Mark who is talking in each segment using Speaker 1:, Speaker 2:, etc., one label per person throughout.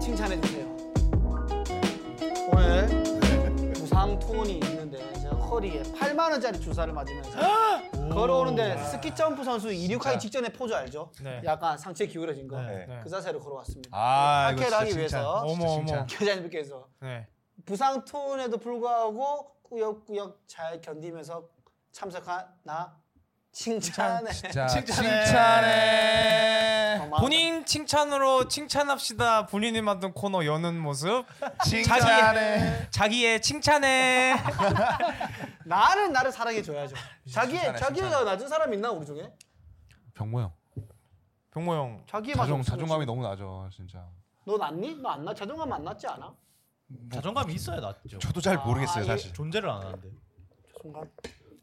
Speaker 1: 칭찬해 주세요.
Speaker 2: 왜?
Speaker 1: 부상 투혼이 있는데 제가 허리에 8만 원짜리 주사를
Speaker 3: 아.
Speaker 1: 맞으면서 걸어오는데 스키 점프 선수 이륙하기 직전에 포즈 알죠?
Speaker 4: 네.
Speaker 1: 약간 상체 기울어진 거.
Speaker 4: 네.
Speaker 3: 네.
Speaker 1: 그 자세로 걸어왔습니다.
Speaker 3: 아,
Speaker 1: 학회를
Speaker 3: 이거 진짜
Speaker 1: 하기
Speaker 3: 칭찬.
Speaker 1: 위해서
Speaker 4: 어머
Speaker 3: 진짜
Speaker 4: 어머.
Speaker 3: 칭찬.
Speaker 1: 기자님께서
Speaker 4: 네.
Speaker 1: 부상 투혼에도 불구하고 꾸역꾸역 잘 견디면서 참석하나 칭찬해.
Speaker 3: 자,
Speaker 4: 칭찬해. 아.
Speaker 3: 칭찬해.
Speaker 1: 고마워.
Speaker 4: 본인 칭찬으로 칭찬합시다. 본인이 만든 코너 여는 모습.
Speaker 3: 칭찬해.
Speaker 4: 자기의 칭찬해.
Speaker 1: 나를 나를 사랑해 줘야죠. 자기의
Speaker 3: 칭찬해,
Speaker 1: 자기가 낮은 사람 있나 우리 중에?
Speaker 3: 병모 형.
Speaker 4: 병모 형.
Speaker 1: 자기의 맛이
Speaker 3: 자존
Speaker 1: 없으면
Speaker 3: 자존감이 너무 낮아 진짜.
Speaker 1: 너 낫니? 너 안 나? 자존감 안 낫지 않아?
Speaker 5: 자존감이 있어야 낫죠.
Speaker 3: 저도 잘 모르겠어요
Speaker 1: 아,
Speaker 3: 사실.
Speaker 5: 존재를 안 하는데.
Speaker 1: 자존감.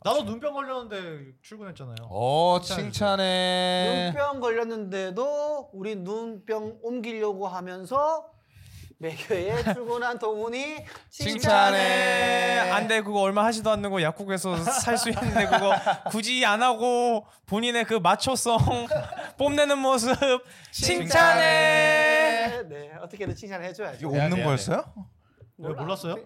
Speaker 5: 나도 눈병 걸렸는데 출근했잖아요.
Speaker 3: 어
Speaker 4: 예.
Speaker 3: 칭찬해.
Speaker 1: 눈병 걸렸는데도 우리 눈병 옮기려고 하면서 매교에 출근한 동훈이
Speaker 3: 칭찬해.
Speaker 4: 안돼 그거 얼마 하지도 않는 거 약국에서 살 수 있는데 그거 굳이 안 하고 본인의 그 마초성 뽐내는 모습 칭찬해.
Speaker 1: 네, 네, 어떻게든 칭찬해
Speaker 3: 이거
Speaker 1: 줘야죠.
Speaker 5: 해야 돼,
Speaker 3: 없는
Speaker 5: 해야
Speaker 3: 거였어요?
Speaker 5: 왜 몰랐어요?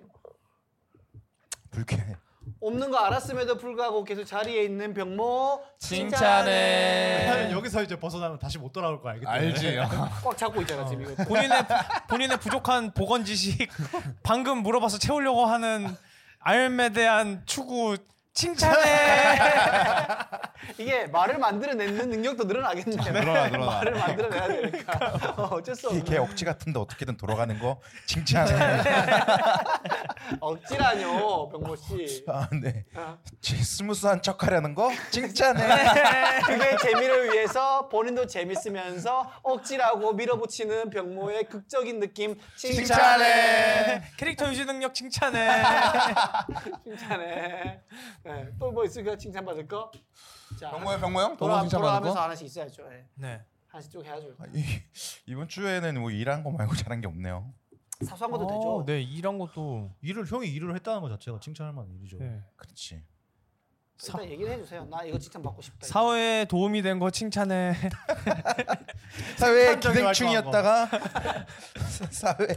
Speaker 3: 불쾌해.
Speaker 1: 없는 거 알았음에도 불구하고 계속 자리에 있는 병모
Speaker 4: 칭찬해.
Speaker 5: 왜냐면 여기서 이제 벗어나면 다시 못 돌아올 거 네. 알기 때문에.
Speaker 3: 알지.
Speaker 1: 꽉 잡고 있잖아 지금 이거.
Speaker 4: 본인의 본인의 부족한 보건 지식 방금 물어봐서 채우려고 하는 알매 대한 추구 칭찬해.
Speaker 1: 이게 말을 만들어내는 능력도 늘어나겠네요.
Speaker 3: 늘어나, 늘어나.
Speaker 1: 말을 만들어내야 되니까 어, 어쩔 수 없네.
Speaker 6: 이게 억지 같은데 어떻게든 돌아가는 거 칭찬해.
Speaker 1: 억지라뇨 병모 씨.
Speaker 6: 아, 네.
Speaker 1: 어.
Speaker 6: 지- 스무스한 척하려는 거 칭찬해.
Speaker 5: 네.
Speaker 1: 그게 재미를 위해서 본인도 재밌으면서 억지라고 밀어붙이는 병모의 극적인 느낌 칭찬해
Speaker 4: 캐릭터 유지 능력
Speaker 1: 네.
Speaker 4: 칭찬해.
Speaker 1: 칭찬해 또 뭐 있을까 칭찬 받을 거? 자
Speaker 3: 병모 형, 병모 형.
Speaker 1: 돌아
Speaker 3: 병모 칭찬 받는
Speaker 1: 돌아가면서
Speaker 3: 거.
Speaker 1: 하나씩 있어야죠 예.
Speaker 4: 네.
Speaker 1: 하나씩 쭉 해야죠
Speaker 6: 아, 이- 이번 주에는 뭐 일한 거 말고 잘한 게 없네요.
Speaker 1: 사소한 것도 되죠
Speaker 3: 어,
Speaker 4: 네, 이런 것도.
Speaker 5: 일을 형이 일을 했다는 것 자체가 칭찬할 만한 일이죠.
Speaker 4: 네.
Speaker 6: 그렇지.
Speaker 1: 일단 얘기를 해주세요 나 이거 칭찬 받고 싶다
Speaker 4: 사회에 도움이 된 거 칭찬해.
Speaker 6: 사회
Speaker 5: 생산적인
Speaker 6: 기생충이었다가 사회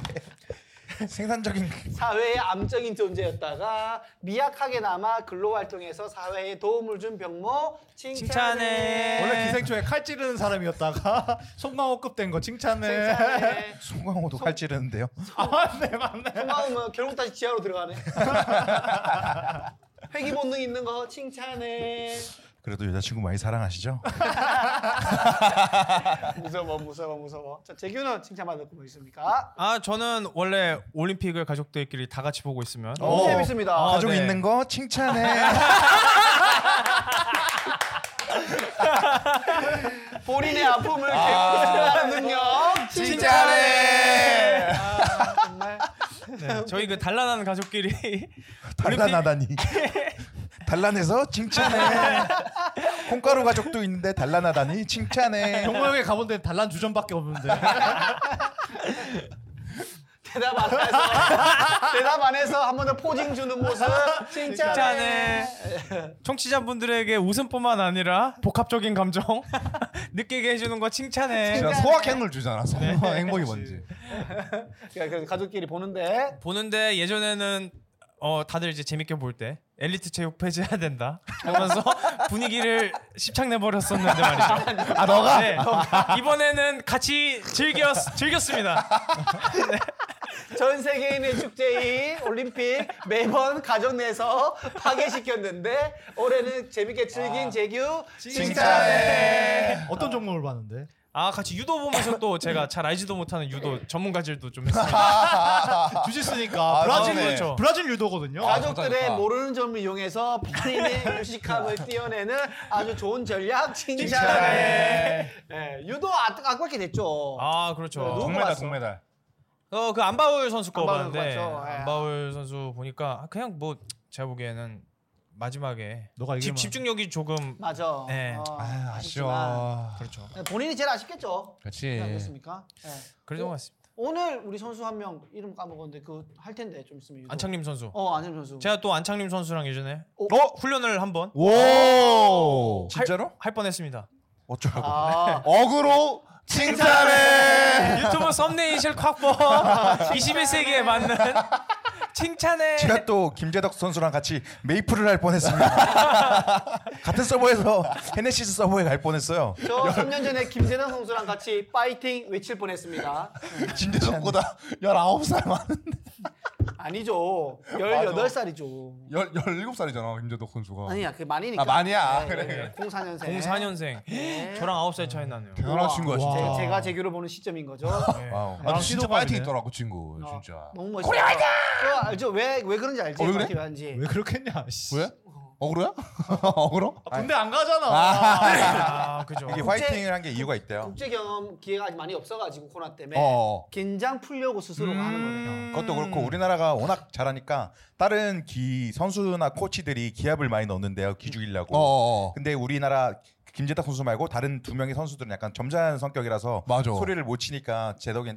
Speaker 6: 생산적인
Speaker 1: 사회의 암적인 존재였다가 미약하게나마 근로활동에서 사회에 도움을 준 병모 칭찬해
Speaker 4: 칭찬해.
Speaker 5: 원래 기생충에 칼 찌르는 사람이었다가 속마호급 된 거 칭찬해.
Speaker 1: 칭찬해
Speaker 6: 송강호도 칼 찌르는데요.
Speaker 5: 아 맞네 맞네.
Speaker 1: 송강호면 결국 다시 지하로 들어가네. 회기 본능 있는 거 칭찬해.
Speaker 6: 그래도 여자친구 많이 사랑하시죠?
Speaker 1: 무서워 무서워 무서워. 자 재규는 칭찬 받을 거 뭐 있습니까?
Speaker 4: 아, 저는 원래 올림픽을 가족들끼리 다 같이 보고 있으면
Speaker 1: 너무
Speaker 6: 오.
Speaker 1: 재밌습니다.
Speaker 4: 아,
Speaker 6: 가족
Speaker 4: 네.
Speaker 6: 있는 거 칭찬해.
Speaker 1: 본인의 아픔을 개구하는 능력
Speaker 3: 칭찬해.
Speaker 1: 아, 정말
Speaker 4: 네, 저희 그 단란한 가족끼리
Speaker 6: 단란하다니. 단란해서 칭찬해. 콩가루 가족도 있는데 단란하다니 칭찬해.
Speaker 5: 병모 형이 가본 데는 단란 주전밖에 없는데.
Speaker 1: 대답 안 해서 대답 안 해서 한 번 더 포징 주는 모습 칭찬해.
Speaker 4: 칭찬해. 청취자분들에게 웃음뿐만 아니라 복합적인 감정 느끼게 해주는 거 칭찬해.
Speaker 3: 진짜 소확행을 주잖아. 소확행복이 뭔지.
Speaker 1: 야, 그러니까 그래서 가족끼리 보는데
Speaker 4: 보는데 예전에는 어 다들 이제 재밌게 볼 때 엘리트 체육 폐지해야 된다 하면서 분위기를 십창내 버렸었는데 말이죠. 아 너가 이번에는 같이 즐겼 즐겼습니다.
Speaker 1: 전 세계인의 축제인 올림픽 매번 가정 내에서 파괴시켰는데 올해는 재밌게 즐긴 재규 칭찬해.
Speaker 5: 어떤 종목을 봤는데?
Speaker 4: 아 같이 유도 보면서 또 제가 잘 알지도 못하는 유도 전문가질도 좀 했습니다.
Speaker 5: 주짓수니까
Speaker 6: 아,
Speaker 5: 브라질
Speaker 4: 그러네.
Speaker 5: 그렇죠. 브라질 유도거든요.
Speaker 1: 가족들의
Speaker 3: 좋다.
Speaker 1: 모르는 점을 이용해서 본인의 유식함을 띄어내는 아주 좋은 전략 칭찬해.
Speaker 4: 칭찬해.
Speaker 1: 예, 유도 아- 아깝게 됐죠.
Speaker 4: 아 그렇죠.
Speaker 1: 누구
Speaker 3: 동메달
Speaker 1: 봤어?
Speaker 3: 동메달.
Speaker 4: 어 그 안바울 선수 거
Speaker 1: 네, 안바울
Speaker 4: 봤는데
Speaker 1: 맞죠. 예.
Speaker 4: 안바울 선수 보니까 그냥 뭐 제가 보기에는 마지막에
Speaker 5: 너가
Speaker 4: 집,
Speaker 5: 아, 이기면
Speaker 4: 집중력이 조금
Speaker 1: 맞아.
Speaker 4: 네.
Speaker 1: 어,
Speaker 3: 아,
Speaker 1: 아쉽지만.
Speaker 3: 아쉬워.
Speaker 4: 그렇죠.
Speaker 1: 네, 본인이 제일 아쉽겠죠.
Speaker 4: 예.
Speaker 3: 그렇지.
Speaker 1: 그렇습니까? 네. 어,
Speaker 4: 그래서 같습니다.
Speaker 1: 오늘 우리 선수 한 명 이름 까먹었는데 그 할 텐데 좀 있으면 유도.
Speaker 4: 안창림 선수.
Speaker 1: 어 안창 선수.
Speaker 4: 제가 또 안창림 선수랑 예전에
Speaker 1: 오.
Speaker 4: 어? 훈련을 한번
Speaker 3: 오.
Speaker 6: 진짜로?
Speaker 4: 할 뻔했습니다.
Speaker 6: 어쩌라고?
Speaker 1: 아
Speaker 3: 어그로 칭찬해.
Speaker 4: 유튜브 썸네이실 확보
Speaker 1: 네.
Speaker 4: 21세기에 맞는 칭찬해
Speaker 6: 제가 또 김재덕 선수랑 같이 메이플을 할 뻔했습니다. 같은 서버에서 헤네시스 서버에 갈 뻔했어요.
Speaker 1: 저 3년 전에 김세나 선수랑 같이 파이팅 외칠 뻔했습니다.
Speaker 3: 김대성보다 19살 많은
Speaker 1: 아니죠. 18살이죠.
Speaker 3: 17살이잖아 김재덕 선수가.
Speaker 1: 아니야, 그 만이니까.
Speaker 3: 아, 만이야.
Speaker 1: 네, 네,
Speaker 3: 그래.
Speaker 1: 네. 04년생.
Speaker 4: 04년생
Speaker 1: 네.
Speaker 4: 저랑 9살 차이 나네요
Speaker 3: 대단한 친구야 진짜.
Speaker 1: 제, 제가 재규를 보는 시점인 거죠.
Speaker 3: 와우.
Speaker 4: 아,
Speaker 3: 아 진짜
Speaker 4: 시도감이네.
Speaker 3: 파이팅 있더라고 친구
Speaker 1: 아.
Speaker 3: 진짜.
Speaker 1: 너무 멋있어. 코리 화이팅! 저 알죠? 왜왜 그런지 알지?
Speaker 3: 어, 왜 그래?
Speaker 1: 파이팅 한지.
Speaker 5: 왜 그렇겠냐? 씨.
Speaker 3: 왜? 어그로야? 어그로?
Speaker 5: 아, 군대 안 가잖아.
Speaker 4: 아 그죠
Speaker 6: 이게 화이팅을 한 게 이유가 있대요.
Speaker 1: 국제 경험 기회가 아직 많이 없어가지고 코로나 때문에
Speaker 3: 어. 음.
Speaker 1: 긴장 풀려고 스스로가 하는 거예요.
Speaker 6: 그것도 그렇고 우리나라가 워낙 잘하니까 다른 기 선수나 코치들이 기합을 많이 넣는데요. 기 죽이려고.
Speaker 3: 어. 어. 어.
Speaker 6: 근데 우리나라 김재덕 선수 말고 다른 두 명의 선수들은 약간 점잖은 성격이라서
Speaker 3: 맞아.
Speaker 6: 소리를 못 치니까 재덕이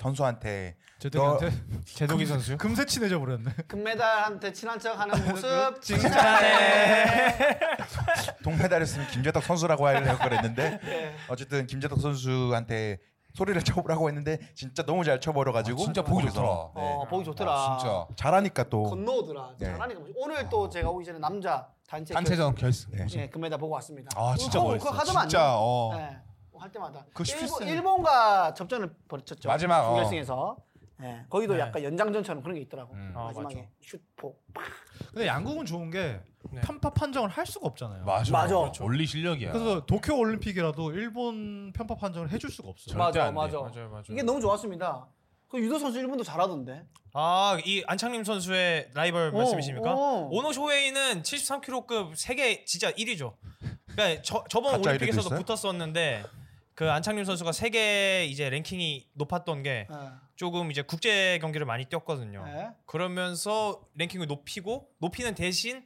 Speaker 6: 선수한테
Speaker 5: 제동한테
Speaker 1: 그
Speaker 4: 제동이 선수
Speaker 5: 금세 친해져 버렸네.
Speaker 1: 금메달한테 친한 척하는 모습.
Speaker 4: 네.
Speaker 6: 동메달했으면 김재덕 선수라고 하려고 그랬는데
Speaker 1: 네.
Speaker 6: 어쨌든 김재덕 선수한테 소리를 쳐보라고 했는데 진짜 너무 잘 쳐버려가지고
Speaker 3: 아, 진짜 보기
Speaker 6: 거기서, 네.
Speaker 3: 좋더라.
Speaker 1: 어 보기 좋더라.
Speaker 3: 아, 진짜.
Speaker 6: 잘하니까 또
Speaker 1: 건너오더라.
Speaker 6: 네.
Speaker 1: 잘하니까 멋있- 오늘 또 제가 오기 전에 남자 단체
Speaker 3: 단체전 결승.
Speaker 6: 네.
Speaker 1: 결- 예, 금메달 보고 왔습니다.
Speaker 3: 아 진짜
Speaker 1: 아. 그거-
Speaker 3: 멋있어.
Speaker 1: 그거 하더만 안
Speaker 3: 진짜 어.
Speaker 1: 네. 뭐할 때마다
Speaker 3: 그거 쉽지
Speaker 1: 일본,
Speaker 3: 않아요.
Speaker 1: 일본과 접전을 벌였죠.
Speaker 3: 마지막, 어.
Speaker 1: 결승에서 예, 거기도
Speaker 4: 네.
Speaker 1: 약간 연장전처럼 그런 게 있더라고.
Speaker 3: 음.
Speaker 4: 아,
Speaker 1: 마지막에
Speaker 4: 맞죠.
Speaker 1: 슛포.
Speaker 5: 근데 양국은 좋은 게
Speaker 4: 네.
Speaker 5: 편파 판정을 할 수가 없잖아요.
Speaker 3: 맞아.
Speaker 1: 맞아.
Speaker 3: 그렇죠. 원리 실력이야.
Speaker 5: 그래서 도쿄 올림픽이라도 일본 편파 판정을 해줄 수가 없어요.
Speaker 3: 절대
Speaker 1: 맞아,
Speaker 3: 안 돼.
Speaker 1: 맞아.
Speaker 4: 네. 맞아요 맞아요
Speaker 1: 이게 너무 좋았습니다. 그 유도 선수 일본도 잘하던데.
Speaker 4: 아이 안창림 선수의 라이벌
Speaker 1: 어,
Speaker 4: 말씀이십니까?
Speaker 1: 어.
Speaker 4: 오노 쇼헤이는 73kg급 세계 진짜 1위죠. 그러니까 저, 저번
Speaker 6: 가짜
Speaker 4: 올림픽에서도
Speaker 6: 일위도 있어요?
Speaker 4: 붙었었는데 그 안창림 선수가 세계 이제 랭킹이 높았던 게
Speaker 1: 예.
Speaker 4: 조금 이제 국제 경기를 많이 뛰었거든요.
Speaker 1: 예.
Speaker 4: 그러면서 랭킹을 높이고 높이는 대신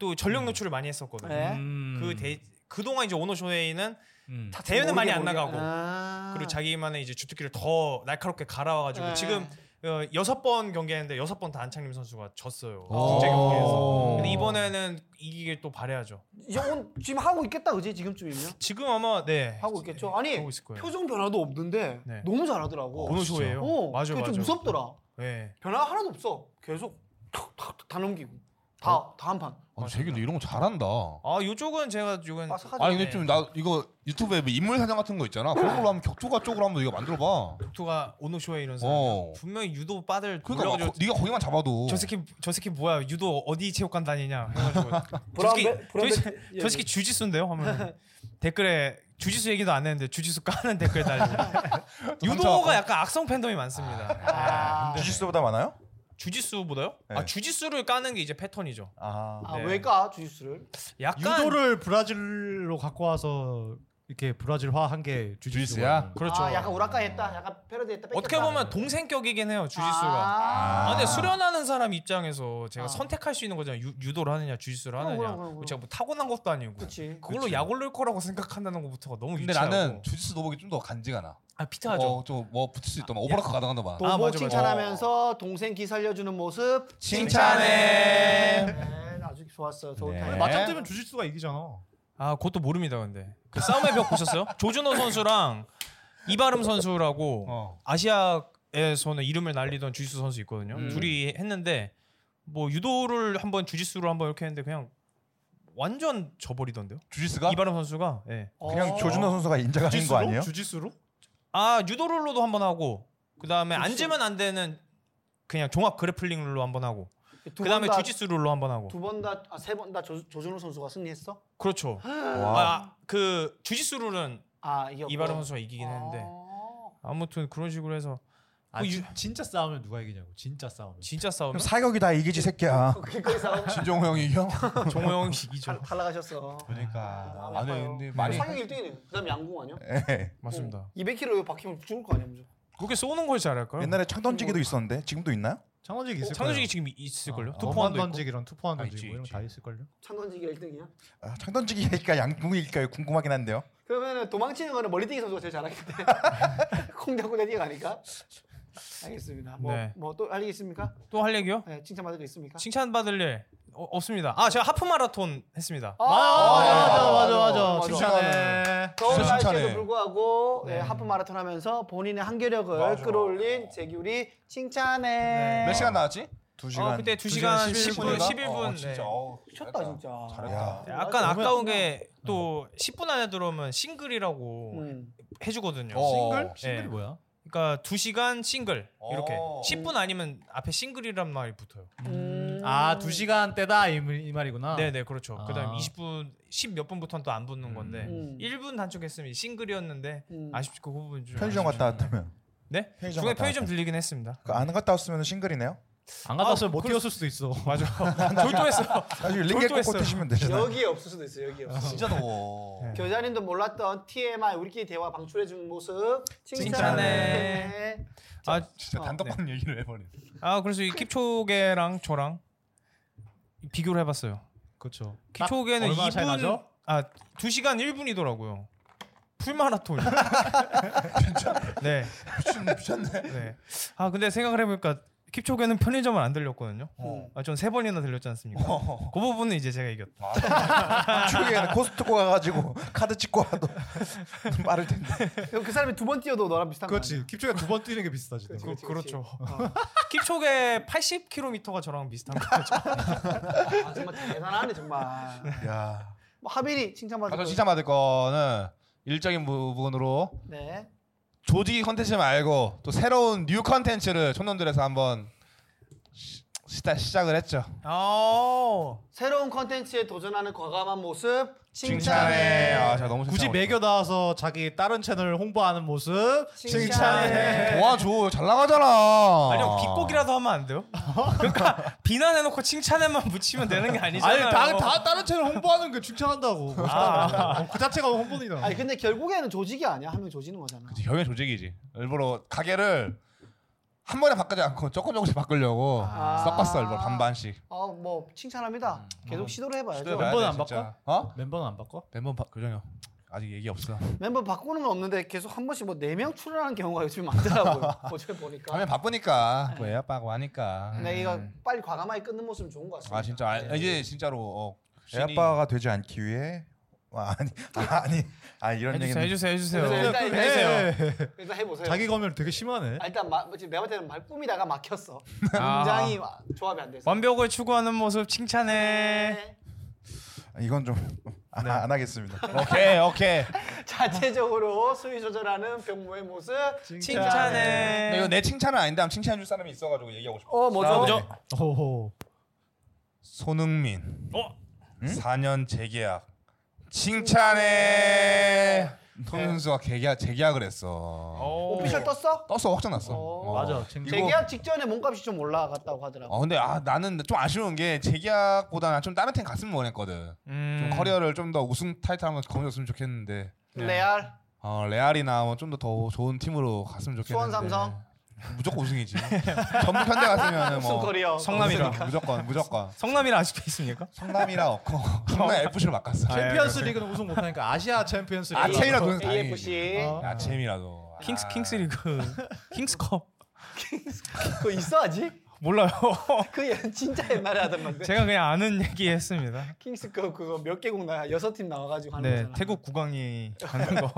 Speaker 4: 또
Speaker 6: 음.
Speaker 4: 전력 노출을 많이 했었거든요.
Speaker 1: 네.
Speaker 5: 음.
Speaker 4: 그 대, 그동안 이제 오노 쇼헤이는
Speaker 5: 음.
Speaker 1: 다
Speaker 4: 대회는 많이 안
Speaker 1: 모르게 모르게.
Speaker 4: 나가고
Speaker 1: 아.
Speaker 4: 그리고 자기만의 이제 주특기를 더 날카롭게 갈아와가지고
Speaker 1: 예.
Speaker 4: 지금 어, 여섯 번 경기했는데 여섯 번 다 안창림 선수가 졌어요
Speaker 6: 아.
Speaker 3: 오.
Speaker 4: 국제 경기에서. 근데 이번에는 이기길 또 바래야죠.
Speaker 1: 이제 오늘 지금 하고 있겠다 그지 지금쯤이면
Speaker 4: 지금 아마 네
Speaker 1: 하고 있겠죠. 아니
Speaker 4: 하고 있을 거예요.
Speaker 1: 표정 변화도 없는데
Speaker 4: 네.
Speaker 1: 너무 잘하더라고.
Speaker 4: 보는 쇼예요.
Speaker 1: 어,
Speaker 4: 맞아
Speaker 1: 그게
Speaker 4: 맞아.
Speaker 1: 좀 무섭더라.
Speaker 4: 네.
Speaker 1: 변화 가 하나도 없어. 계속 탁탁탁 다 넘기고 다 다 한 판.
Speaker 3: 아, 재규도 이런 거 잘한다.
Speaker 4: 아 요쪽은 제가 요건
Speaker 1: 아, 사가지고.
Speaker 3: 아니 근데 좀 나 이거 유튜브에 뭐 인물 사냥 같은 거 있잖아. 그런 걸로 한번 격투가 쪽으로 한번 이거 만들어 봐.
Speaker 4: 독투가 오노쇼에 이런 사람
Speaker 3: 어.
Speaker 4: 분명히 유도 빠들
Speaker 3: 그러니까 막
Speaker 4: 돌려가지고
Speaker 3: 거, 네가 거기만
Speaker 6: 어.
Speaker 3: 잡아도
Speaker 4: 저 새끼 저 새끼 뭐야 유도 어디 체육관 다니냐 해가지고 저
Speaker 1: 브라운
Speaker 4: 새끼
Speaker 1: 벨- 브라운
Speaker 4: 저 새끼-
Speaker 1: 벨- 예,
Speaker 4: 저 새끼 주짓수인데요 하면 댓글에 주짓수 얘기도 안 했는데 주짓수 까는 댓글 달리고 유도가 약간 악성 팬덤이 많습니다.
Speaker 1: 아.
Speaker 4: 네.
Speaker 6: 주짓수보다 많아요?
Speaker 4: 주짓수보다요? 아
Speaker 6: 네.
Speaker 4: 주짓수를 까는 게 이제 패턴이죠.
Speaker 6: 아,
Speaker 1: 아
Speaker 4: 네.
Speaker 1: 왜까 주짓수를?
Speaker 4: 약간
Speaker 5: 유도를 브라질로 갖고 와서 이렇게 브라질화 한 게 주짓수야.
Speaker 3: 주짓수야?
Speaker 4: 그렇죠.
Speaker 1: 아, 약간 우라카이했다. 약간 패러디했다.
Speaker 4: 어떻게
Speaker 1: 뺏겼다.
Speaker 4: 보면 동생격이긴 해요 주짓수가.
Speaker 1: 아.
Speaker 4: 아, 근데 수련하는 사람 입장에서 제가
Speaker 1: 아.
Speaker 4: 선택할 수 있는 거잖아요. 유, 유도를 하느냐 주짓수를
Speaker 1: 그럼,
Speaker 4: 하느냐.
Speaker 1: 그럼, 그럼, 그럼.
Speaker 4: 제가 뭐 타고난 것도 아니고.
Speaker 1: 그렇지.
Speaker 4: 걸로 약올릴 거라고 생각한다는 것부터가 너무
Speaker 3: 근데
Speaker 4: 유치하고.
Speaker 3: 나는 주짓수 노복이 좀 더 간지가 나.
Speaker 4: 아 피트하죠.
Speaker 3: 어, 좀뭐 붙을 수 있다. 막 오버락 가다간다 봐.
Speaker 1: 도보
Speaker 4: 아, 맞아, 맞아.
Speaker 1: 칭찬하면서 동생 기 살려주는 모습.
Speaker 3: 칭찬해.
Speaker 1: 네, 아주 좋았어요. 좋은
Speaker 3: 네.
Speaker 1: 타임.
Speaker 5: 맞짱 뜨면 주짓수가 이기잖아.
Speaker 4: 아 그것도 모릅니다 근데. 그 싸움의 벽 보셨어요? 조준호 선수랑 이바름 선수라고
Speaker 3: 어.
Speaker 4: 아시아에서는 이름을 날리던 주짓수 선수 있거든요. 둘이 했는데 뭐 유도를 한번 주짓수로 한번 이렇게 했는데 그냥 완전 져버리던데요.
Speaker 6: 아.
Speaker 3: 주짓수가
Speaker 4: 이바름 선수가 예.
Speaker 6: 그냥
Speaker 1: 어.
Speaker 6: 조준호 선수가 인정하는 거 아니에요?
Speaker 5: 주짓수로?
Speaker 4: 아 유도룰로도 한번 하고 그다음에 앉으면 안 되는 그냥 종합 그래플링 룰로 한번 하고
Speaker 1: 두
Speaker 4: 그다음에
Speaker 1: 번 다-
Speaker 4: 주짓수 룰로 한번 하고
Speaker 1: 두 번 다 세 번 다 조준호 선수가 승리했어?
Speaker 4: 그렇죠.
Speaker 6: 와.
Speaker 4: 아 그 주짓수 룰은
Speaker 1: 아 이겼고.
Speaker 4: 이바람 선수가 이기긴 했는데
Speaker 1: 어.
Speaker 4: 아무튼 그런 식으로 해서
Speaker 5: 아, 진- 진짜 싸우면 누가 이기냐고. 진짜 싸우면.
Speaker 4: 진짜
Speaker 6: 그럼
Speaker 4: 싸우면
Speaker 6: 사격이 다 이기지 새끼야.
Speaker 1: 길거리에서
Speaker 3: 진정호 형이 이겨?
Speaker 4: 종호 형이 이기죠.
Speaker 1: 아, 탈락하셨어.
Speaker 6: 네,
Speaker 3: 그러니까
Speaker 1: 아,
Speaker 3: 아니
Speaker 1: 아파요.
Speaker 3: 근데 많이
Speaker 1: 사격 1등이네요. 그다음 양궁 아니야?
Speaker 6: 예.
Speaker 4: 맞습니다.
Speaker 1: 200kg 박히면 죽을 거 아니야, 무조
Speaker 4: 그렇게 쏘는 걸 잘할까요?
Speaker 6: 옛날에 창 던지기도 있었는데 지금도 있나요?
Speaker 5: 창원직이 어, 있을 어, 거야.
Speaker 4: 창조직이 지금 있을걸요?
Speaker 5: 투포한
Speaker 4: 투포한도 있고
Speaker 5: 던지기랑 투포한
Speaker 3: 아,
Speaker 5: 던지기
Speaker 3: 있지,
Speaker 5: 뭐 이런
Speaker 3: 있지.
Speaker 5: 거다 있을 걸요.
Speaker 1: 창던지기 1등이야?
Speaker 6: 아, 창 던지기일까 양궁일까요? 궁금하긴 한데요.
Speaker 1: 그러면 도망치는 거는 멀리뛰기 선수가 제일 잘하겠대. 콩닥콩닥 뛰어가니까. 알겠습니다. 뭐
Speaker 4: 네.
Speaker 1: 뭐 또 알 알겠습니까?
Speaker 4: 또 할 얘기요?
Speaker 1: 네, 칭찬받을 거 있습니까?
Speaker 4: 칭찬받을 일 어, 없습니다. 아 제가 하프 마라톤 했습니다.
Speaker 1: 아,
Speaker 5: 네, 맞아 맞아
Speaker 1: 맞아.
Speaker 5: 맞아. 칭찬해.
Speaker 1: 더운
Speaker 6: 진짜
Speaker 1: 날씨에도
Speaker 6: 칭찬해.
Speaker 1: 불구하고 예, 하프 마라톤 하면서 본인의 한계력을 끌어올린 재규리 칭찬해.
Speaker 6: 네. 몇 시간 나왔지?
Speaker 7: 두
Speaker 4: 어,
Speaker 7: 시간.
Speaker 4: 그때
Speaker 7: 두
Speaker 4: 2시간
Speaker 7: 11분
Speaker 4: 10분,
Speaker 7: 인가?
Speaker 4: 11분. 네.
Speaker 6: 어, 진짜. 어우,
Speaker 1: 미쳤다
Speaker 6: 잘했다.
Speaker 1: 진짜.
Speaker 6: 잘했다.
Speaker 1: 야,
Speaker 4: 약간
Speaker 1: 어, 너무
Speaker 4: 아까운 게 또 10분 안에 들어오면 싱글이라고
Speaker 1: 음.
Speaker 4: 해주거든요.
Speaker 6: 어.
Speaker 5: 싱글?
Speaker 4: 예.
Speaker 5: 싱글이 뭐야?
Speaker 4: 그러니까 2시간 싱글 이렇게
Speaker 6: 어.
Speaker 4: 10분 아니면 앞에 싱글이란 말이 붙어요.
Speaker 1: 음.
Speaker 5: 아, 2시간 때다 이, 말- 이 말이구나.
Speaker 4: 네네 그렇죠.
Speaker 5: 아.
Speaker 4: 그다음 20분 10 몇 분부터는 또 안 붙는 건데
Speaker 1: 음.
Speaker 4: 1분 단축했으면 싱글이었는데
Speaker 1: 음.
Speaker 4: 아쉽고 그 부분 좀
Speaker 7: 편의점
Speaker 4: 아쉽죠.
Speaker 7: 갔다 왔다면
Speaker 4: 네?
Speaker 7: 편의점
Speaker 4: 중에
Speaker 7: 갔다
Speaker 4: 편의점 들리긴 했습니다.
Speaker 7: 그안 갔다 왔으면 싱글이네요.
Speaker 5: 안 갔다 왔으면 못 뛰었을 아, 수도 있어.
Speaker 4: 맞아. 졸도했어.
Speaker 7: 나중에 링겔 꽂고
Speaker 4: 졸도했어요.
Speaker 7: 드시면 되잖아.
Speaker 1: 여기 없을 수도 있어. 여기 없어.
Speaker 6: 진짜 더워.
Speaker 4: 네.
Speaker 1: 교자님도 몰랐던 TMI 우리끼리 대화 방출해 준 모습 칭찬해.
Speaker 4: 칭찬해. 아,
Speaker 6: 진짜 단독방 얘기를 해버린.
Speaker 4: 아 그래서 이 킵초게랑 저랑 비교를 해봤어요.
Speaker 5: 그렇죠.
Speaker 4: 킵초게는
Speaker 5: 얼마나 차이
Speaker 4: 2분
Speaker 5: 나죠?
Speaker 4: 아 2시간 1분이더라고요. 풀마라톤. 진짜? 네. 미쳤네. 네. 아 근데 생각을 해보니까 킵초게는 편의점은 안 들렸거든요.
Speaker 1: 음.
Speaker 4: 아, 전 세 번이나 들렸지 않습니까? 그 부분은 이제 제가 이겼다.
Speaker 6: 아,
Speaker 7: 축구에는 코스트코 가가지고 카드 찍고 와도 빠를 텐데.
Speaker 1: 그럼 그 사람이 두 번 뛰어도 너랑 비슷한
Speaker 5: 그렇지. 킵초가 두 번 뛰는 게 비슷하지.
Speaker 1: 그치,
Speaker 5: 내가.
Speaker 1: 그치.
Speaker 4: 그, 렇죠 킵초게 80km가 저랑 비슷한 거죠.
Speaker 1: 거 아니야? 아, 정말 대단하네 정말.
Speaker 7: 야.
Speaker 1: 뭐 하빈이 칭찬받을
Speaker 6: 가서
Speaker 1: 거.
Speaker 6: 칭찬 받을 거는 일적인 부분으로
Speaker 1: 네.
Speaker 6: 조직 컨텐츠 말고 또 새로운 뉴 컨텐츠를 촌놈들에서 한번 시, 시다- 시작을 했죠.
Speaker 4: 아.
Speaker 1: 새로운 컨텐츠에 도전하는 과감한 모습
Speaker 6: 칭찬해.
Speaker 1: 칭찬해.
Speaker 6: 아, 제가 너무
Speaker 5: 굳이
Speaker 6: 칭찬하고
Speaker 5: 매겨 나와서 자기 다른 채널 홍보하는 모습
Speaker 1: 칭찬해.
Speaker 5: 칭찬해.
Speaker 6: 싶어요. 도와줘 잘 나가잖아.
Speaker 4: 아니요 비꼬기라도 하면 안 돼요? 그러니까 비난해놓고 칭찬에만 붙이면 되는 게
Speaker 5: 아니
Speaker 4: 아니잖아요.
Speaker 5: 다, 다 다른 채널 홍보하는 게 칭찬한다고. 멋있다. 어, 그 자체가 홍보이다.
Speaker 1: 아니 근데 결국에는 조직이 아니야 한 명 조지는 거잖아.
Speaker 6: 그치, 결국엔 조직이지. 일부러 가게를 한 번에 바꾸지 않고 조금 조금씩 바꾸려고
Speaker 1: 아.
Speaker 6: 섞었어 일부러 반반씩. 네,
Speaker 1: 아 뭐 칭찬합니다. 계속 시도를 해봐야죠.
Speaker 5: 시도해봐야 멤버는 안 바꿔?
Speaker 6: 어?
Speaker 5: 멤버는 안 바꿔?
Speaker 6: 멤버 바, 교정이요. 아직 얘기 없어.
Speaker 1: 멤버 바꾸는 건 없는데 계속 한 번씩 뭐 네 명 출연하는 경우가 요즘 많더라고요. 어제 보니까.
Speaker 6: 가면 바쁘니까 뭐 애아빠고 하니까.
Speaker 1: 근데 네, 이거 빨리 과감하게 끊는 모습은 좋은 것 같습니다.
Speaker 6: 아 진짜 아, 이제 진짜로 어,
Speaker 7: 애 아빠가 예. 되지 않기 위해 아, 아니
Speaker 6: 그
Speaker 7: 아, 아니 아 이런 얘기는
Speaker 4: 해주세요, 해주세요, 해주세요.
Speaker 1: 해주세요. 일단
Speaker 5: 그냥
Speaker 1: 해주세요.
Speaker 5: 해.
Speaker 1: 일단 해보세요.
Speaker 5: 자기 검열 되게 심하네.
Speaker 1: 아, 일단 마, 지금 내가 볼 때는 말 꾸미다가 막혔어.
Speaker 4: 아.
Speaker 1: 굉장히 와- 조합이 안 돼서.
Speaker 4: 완벽을 추구하는 모습
Speaker 1: 네.
Speaker 4: 칭찬해.
Speaker 7: 이건 좀 아, 안 하겠습니다.
Speaker 6: 네. 오케이
Speaker 4: 네.
Speaker 6: 오케이.
Speaker 1: 자체적으로 수위 조절하는 병모의 모습
Speaker 4: 칭찬해. 네,
Speaker 6: 근데 이거 내 칭찬은 아닌데 한번 칭찬해줄 사람이 있어가지고 얘기하고 싶어.
Speaker 1: 어 뭐죠?
Speaker 5: 오호.
Speaker 6: 손흥민
Speaker 4: 어?
Speaker 6: 4년 재계약 칭찬해.
Speaker 4: 네.
Speaker 6: 손흥민 수가 재계약 재계약을 했어.
Speaker 4: 오.
Speaker 1: 네. 오피셜 떴어?
Speaker 6: 떴어 확정 났어.
Speaker 1: 어.
Speaker 6: 어.
Speaker 5: 맞아. 칭찬.
Speaker 6: 이거-
Speaker 1: 재계약 직전에 몸값이 좀 올라갔다고 하더라고.
Speaker 6: 어 근데 아 나는 좀 아쉬운 게 재계약보다는 좀 다른 팀 갔으면 원했거든.
Speaker 4: 음.
Speaker 6: 좀 커리어를 좀 더 우승 타이틀 한번 거머쥐었으면 좋겠는데.
Speaker 1: 레알
Speaker 6: 어 레알이나 좀더 더 좋은 팀으로 갔으면 좋겠는데.
Speaker 1: 수원 삼성?
Speaker 6: 무조건 우승이지. 전북 현대 갔으면
Speaker 1: 우승
Speaker 6: 뭐
Speaker 1: 커리어.
Speaker 4: 성남이랑
Speaker 6: 무조건 무조건.
Speaker 4: 성남이랑 아쉽게 있습니까?
Speaker 6: 성남이라 없고 성남 FC로 바꿨어.
Speaker 4: 아, 예.
Speaker 5: 챔피언스 리그는 우승 못하니까 아시아 챔피언스 리그.
Speaker 6: 아, 체이라
Speaker 1: AFC.
Speaker 6: 눈은 다행이지.
Speaker 1: AFC.
Speaker 5: 어.
Speaker 6: 야 재미라도.
Speaker 1: 아.
Speaker 6: 아,
Speaker 4: 킹스 킹스 리그 킹스컵
Speaker 1: 그거 있어 아직?
Speaker 4: 몰라요.
Speaker 1: 그 옛- 진짜 옛날에 하던 건데.
Speaker 4: 제가 그냥 아는 얘기했습니다.
Speaker 1: 킹스컵 그거 몇 개국 나 여섯 팀 나와가지고 하는
Speaker 4: 네
Speaker 1: 거잖아.
Speaker 4: 태국 국왕이 하는 거.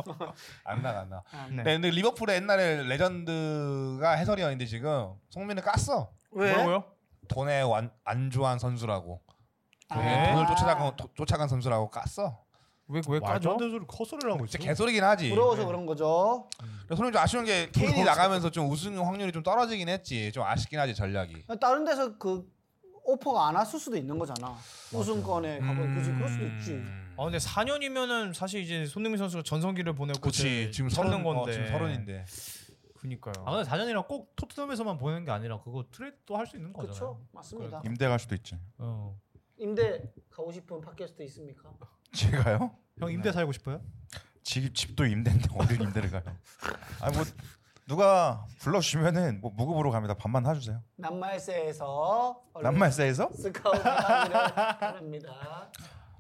Speaker 6: 안 나가 안 나.
Speaker 1: 아,
Speaker 4: 네.
Speaker 6: 네, 근데 리버풀의 옛날에 레전드가 해설이었는데 지금 송민을 깠어.
Speaker 1: 왜?
Speaker 4: 뭐라고요?
Speaker 6: 돈에 완, 안주한 선수라고.
Speaker 1: 아.
Speaker 6: 네, 돈을 쫓아간 도- 쫓아간 선수라고 깠어.
Speaker 4: 왜왜
Speaker 5: 말도 안
Speaker 4: 까죠?
Speaker 5: 되는 소리 커서를 하고 있어.
Speaker 4: 음.
Speaker 6: 진짜 개소리긴 하지.
Speaker 1: 부러워서 그런 거죠.
Speaker 6: 그래서 손흥민 좀 아쉬운 게 케인이 나가면서 좀 우승 확률이 좀 떨어지긴 했지. 좀 아쉽긴 하지 전략이.
Speaker 1: 다른 데서 그 오퍼가 안 왔을 수도 있는 거잖아. 우승권에 가고
Speaker 6: 음.
Speaker 1: 굳이 그럴 수도 있지.
Speaker 5: 음.
Speaker 4: 아 근데 4년이면은 사실 이제 손흥민 선수가 전성기를 보내고
Speaker 6: 그렇지.
Speaker 4: 이제
Speaker 6: 지금
Speaker 4: 찾는
Speaker 6: 서른 건데. 어, 지금 서른인데.
Speaker 4: 그니까요.
Speaker 5: 아 근데 4년이랑 꼭 토트넘에서만 보내는 게 아니라 그거 트레이드도 할 수 있는 거잖아.
Speaker 1: 그렇죠, 맞습니다.
Speaker 7: 임대 갈 수도 있지.
Speaker 5: 어.
Speaker 1: 임대 가고 싶은 팟캐스트 있습니까?
Speaker 7: 제가요?
Speaker 5: 형 임대 살고 싶어요?
Speaker 7: 집 집도 임대인데 어디 임대를 가요? 아니 뭐 누가 불러주시면은 뭐 무급으로 갑니다. 반만 사주세요.
Speaker 1: 남말세에서
Speaker 7: 남말사에서
Speaker 1: 스카우트 강의를 합니다.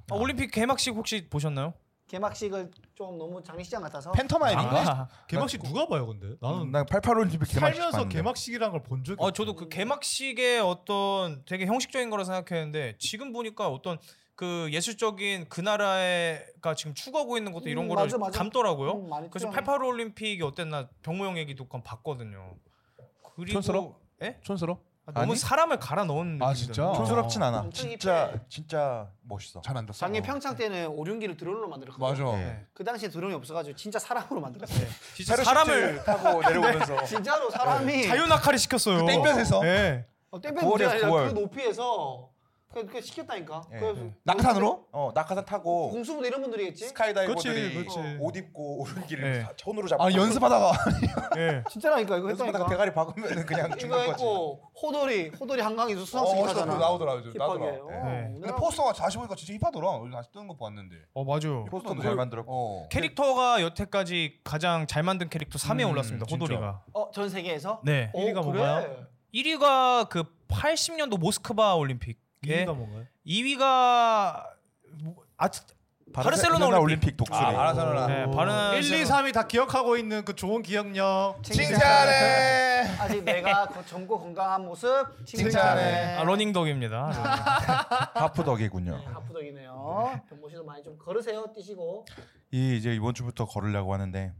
Speaker 4: 아, 올림픽 개막식 혹시 보셨나요?
Speaker 1: 개막식을 좀 너무 장례식장 같아서
Speaker 3: 팬터마임인가?
Speaker 4: 아,
Speaker 5: 개막식 누가 봐요 근데? 나는
Speaker 6: 나 88올림픽 개막식
Speaker 5: 살면서
Speaker 6: 봤는데.
Speaker 5: 개막식이란 걸 본 적이
Speaker 4: 어 저도 그 개막식의 어떤 되게 형식적인 거라 생각했는데 지금 보니까 어떤 그 예술적인 그 나라가 지금 추구하고 있는 것도 이런
Speaker 1: 음,
Speaker 4: 거를
Speaker 1: 맞아, 맞아.
Speaker 4: 담더라고요.
Speaker 1: 음, 많이
Speaker 4: 그래서
Speaker 1: 투영해.
Speaker 4: 88 올림픽이 어땠나 병모 형 얘기도 그 봤거든요. 그리고
Speaker 3: 촌스러워?
Speaker 4: 예?
Speaker 3: 촌스러?
Speaker 4: 아, 너무
Speaker 6: 아니?
Speaker 4: 사람을 갈아 넣은
Speaker 3: 아,
Speaker 4: 느낌이던데.
Speaker 3: 진짜?
Speaker 6: 촌스럽진 않아.
Speaker 1: 엄청
Speaker 6: 진짜
Speaker 1: 이쁘네.
Speaker 6: 진짜 멋있어.
Speaker 3: 잘 만들었어.
Speaker 1: 작년
Speaker 3: 어.
Speaker 1: 어. 평창 때는 오륜기를 드론으로 만들었거든요.
Speaker 3: 맞아.
Speaker 6: 네.
Speaker 1: 그 당시에 드론이 없어가지고 진짜 사람으로 만들었어요.
Speaker 4: 진짜 사람을
Speaker 6: 페러슈트 타고 내려오면서
Speaker 1: 진짜로 사람이
Speaker 4: 자유 낙하를 시켰어요.
Speaker 3: 그 땡볕에서?
Speaker 4: 예.
Speaker 1: 어, 땡볕
Speaker 6: 9월에
Speaker 1: 문제가 아니라
Speaker 6: 9월.
Speaker 1: 그 높이에서 그, 그 시켰다니까.
Speaker 6: 예,
Speaker 1: 그래서
Speaker 3: 낙하산으로?
Speaker 6: 어 낙하산 타고
Speaker 1: 공수부대 이런 분들이겠지?
Speaker 6: 스카이다이버들이
Speaker 4: 그렇지, 그렇지.
Speaker 6: 옷 입고 오른길을
Speaker 4: 네.
Speaker 6: 자- 손으로 잡고
Speaker 3: 아 연습하다가
Speaker 4: 예.
Speaker 1: 진짜라니까 이거
Speaker 6: 연습하다가
Speaker 1: 했다니까.
Speaker 6: 대가리 박으면 그냥
Speaker 1: 그 이거
Speaker 6: 죽는 거지.
Speaker 1: 했고 호돌이 호돌이 한강에서 수상승
Speaker 3: 어,
Speaker 1: 타잖아.
Speaker 3: 그거 나오더라, 요즘
Speaker 1: 힙하게.
Speaker 3: 나오더라. 예.
Speaker 1: 어,
Speaker 4: 네.
Speaker 3: 근데
Speaker 1: 내가
Speaker 3: 포스터가 다시 보니까 진짜 힙하더라. 요즘 다시 뜨는 거 봤는데.
Speaker 4: 어 맞아요.
Speaker 6: 포스터도 잘 만들었고.
Speaker 3: 어.
Speaker 4: 캐릭터가 여태까지 가장 잘 만든 캐릭터 3위에
Speaker 6: 음,
Speaker 4: 올랐습니다.
Speaker 6: 진짜.
Speaker 4: 호돌이가.
Speaker 1: 어, 전 세계에서?
Speaker 4: 네.
Speaker 1: 어,
Speaker 4: 1위가
Speaker 1: 그래?
Speaker 4: 뭔가요? 1위가 그 80년도 모스크바 올림픽에
Speaker 5: 이유가 뭔가요?
Speaker 4: 2위가 뭐, 아 바르셀로나
Speaker 6: 바르셀로나
Speaker 4: 올림픽.
Speaker 6: 올림픽 독수리.
Speaker 3: 아, 바르셀로나.
Speaker 4: 네,
Speaker 5: 오.
Speaker 4: 바르셀로나.
Speaker 5: 1, 2, 3이 다 기억하고 있는 그 좋은 기억력.
Speaker 3: 칭찬해.
Speaker 1: 아직 내가 거- 젊고 건강한 모습 칭찬해.
Speaker 3: 칭찬해.
Speaker 4: 아, 러닝덕입니다.
Speaker 1: 네,
Speaker 6: 하프덕이군요.
Speaker 1: 하프덕이네요. 네, 병모 씨도 많이 좀 걸으세요. 뛰시고.
Speaker 6: 이 이제 이번 주부터 걸으려고 하는데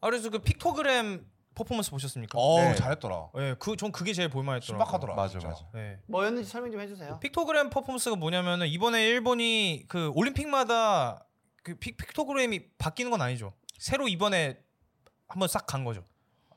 Speaker 4: 아, 그래서 그 픽토그램 퍼포먼스 보셨습니까?
Speaker 3: 어
Speaker 6: 네.
Speaker 3: 잘했더라.
Speaker 4: 예, 그 전 그게 제일 볼만했더라고요.
Speaker 3: 신박하더라.
Speaker 6: 맞아,
Speaker 3: 진짜.
Speaker 6: 맞아.
Speaker 4: 예.
Speaker 1: 뭐였는지 설명 좀 해주세요.
Speaker 4: 픽토그램 퍼포먼스가 뭐냐면은 이번에 일본이 그 올림픽마다 그 픽, 픽토그램이 바뀌는 건 아니죠. 새로 이번에 한번 싹 간 거죠.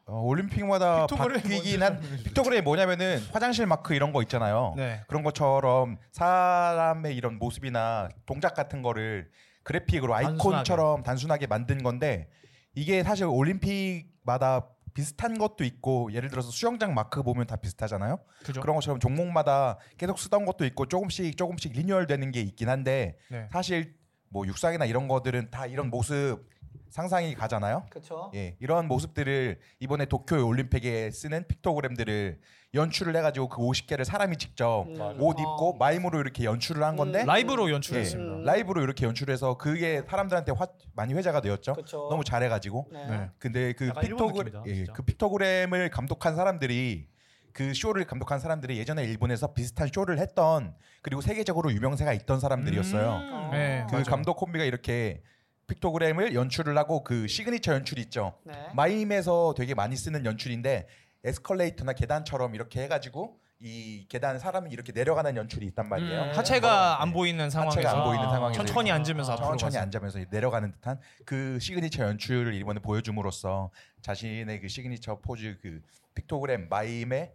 Speaker 6: 어, 올림픽마다
Speaker 3: 픽토그램이
Speaker 6: 바뀌긴 한 픽토그램이 뭐냐면은 화장실 마크 이런 거 있잖아요.
Speaker 4: 네.
Speaker 6: 그런 것처럼 사람의 이런 모습이나 동작 같은 거를 그래픽으로 아이콘처럼 단순하게. 만든 건데 이게 사실 올림픽마다 비슷한 것도 있고 예를 들어서 수영장 마크 보면 다 비슷하잖아요.
Speaker 4: 그죠?
Speaker 6: 그런 것처럼 종목마다 계속 쓰던 것도 있고 조금씩 조금씩 리뉴얼되는 게 있긴 한데
Speaker 4: 네.
Speaker 6: 사실 뭐 육상이나 이런 거들은 다 이런 모습 상상이 가잖아요.
Speaker 1: 그렇죠.
Speaker 6: 예, 이러한 모습들을 이번에 도쿄 올림픽에 쓰는 픽토그램들을 연출을 해가지고 그 50개를 사람이 직접
Speaker 1: 음.
Speaker 6: 옷 입고 마임으로 이렇게 연출을 한 건데
Speaker 5: 음,
Speaker 4: 라이브로
Speaker 6: 예,
Speaker 4: 연출했습니다.
Speaker 6: 라이브로 이렇게 연출해서 그게 사람들한테 화- 많이 회자가
Speaker 3: 예.
Speaker 6: 되었죠.
Speaker 1: 그렇죠.
Speaker 6: 너무 잘해가지고.
Speaker 1: 네.
Speaker 4: 네.
Speaker 6: 근데 그
Speaker 5: 약간 일본
Speaker 6: 픽토그
Speaker 5: 느낌이다,
Speaker 6: 예,
Speaker 5: 진짜.
Speaker 6: 그 픽토그램을 감독한 사람들이 그 쇼를 감독한 사람들이 예전에 일본에서 비슷한 쇼를 했던 그리고 세계적으로 유명세가 있던 사람들이었어요.
Speaker 1: 음.
Speaker 4: 네,
Speaker 6: 그
Speaker 4: 맞아요.
Speaker 6: 감독 콤비가 이렇게 픽토그램을 연출을 하고 그 시그니처 연출 있죠.
Speaker 1: 네.
Speaker 6: 마임에서 되게 많이 쓰는 연출인데 에스컬레이터나 계단처럼 이렇게 해가지고 이 계단 사람이 이렇게 내려가는 연출이 있단 말이에요.
Speaker 4: 음, 하체가 안
Speaker 6: 네.
Speaker 4: 보이는 상황에서
Speaker 6: 하체가 안 보이는 상황에서
Speaker 4: 아, 천천히 앉으면서 앞으로
Speaker 6: 네, 천천히
Speaker 4: 가서.
Speaker 6: 앉으면서 내려가는 듯한 그 시그니처 연출을 이번에 보여줌으로써 자신의 그 시그니처 포즈 그 픽토그램 마임의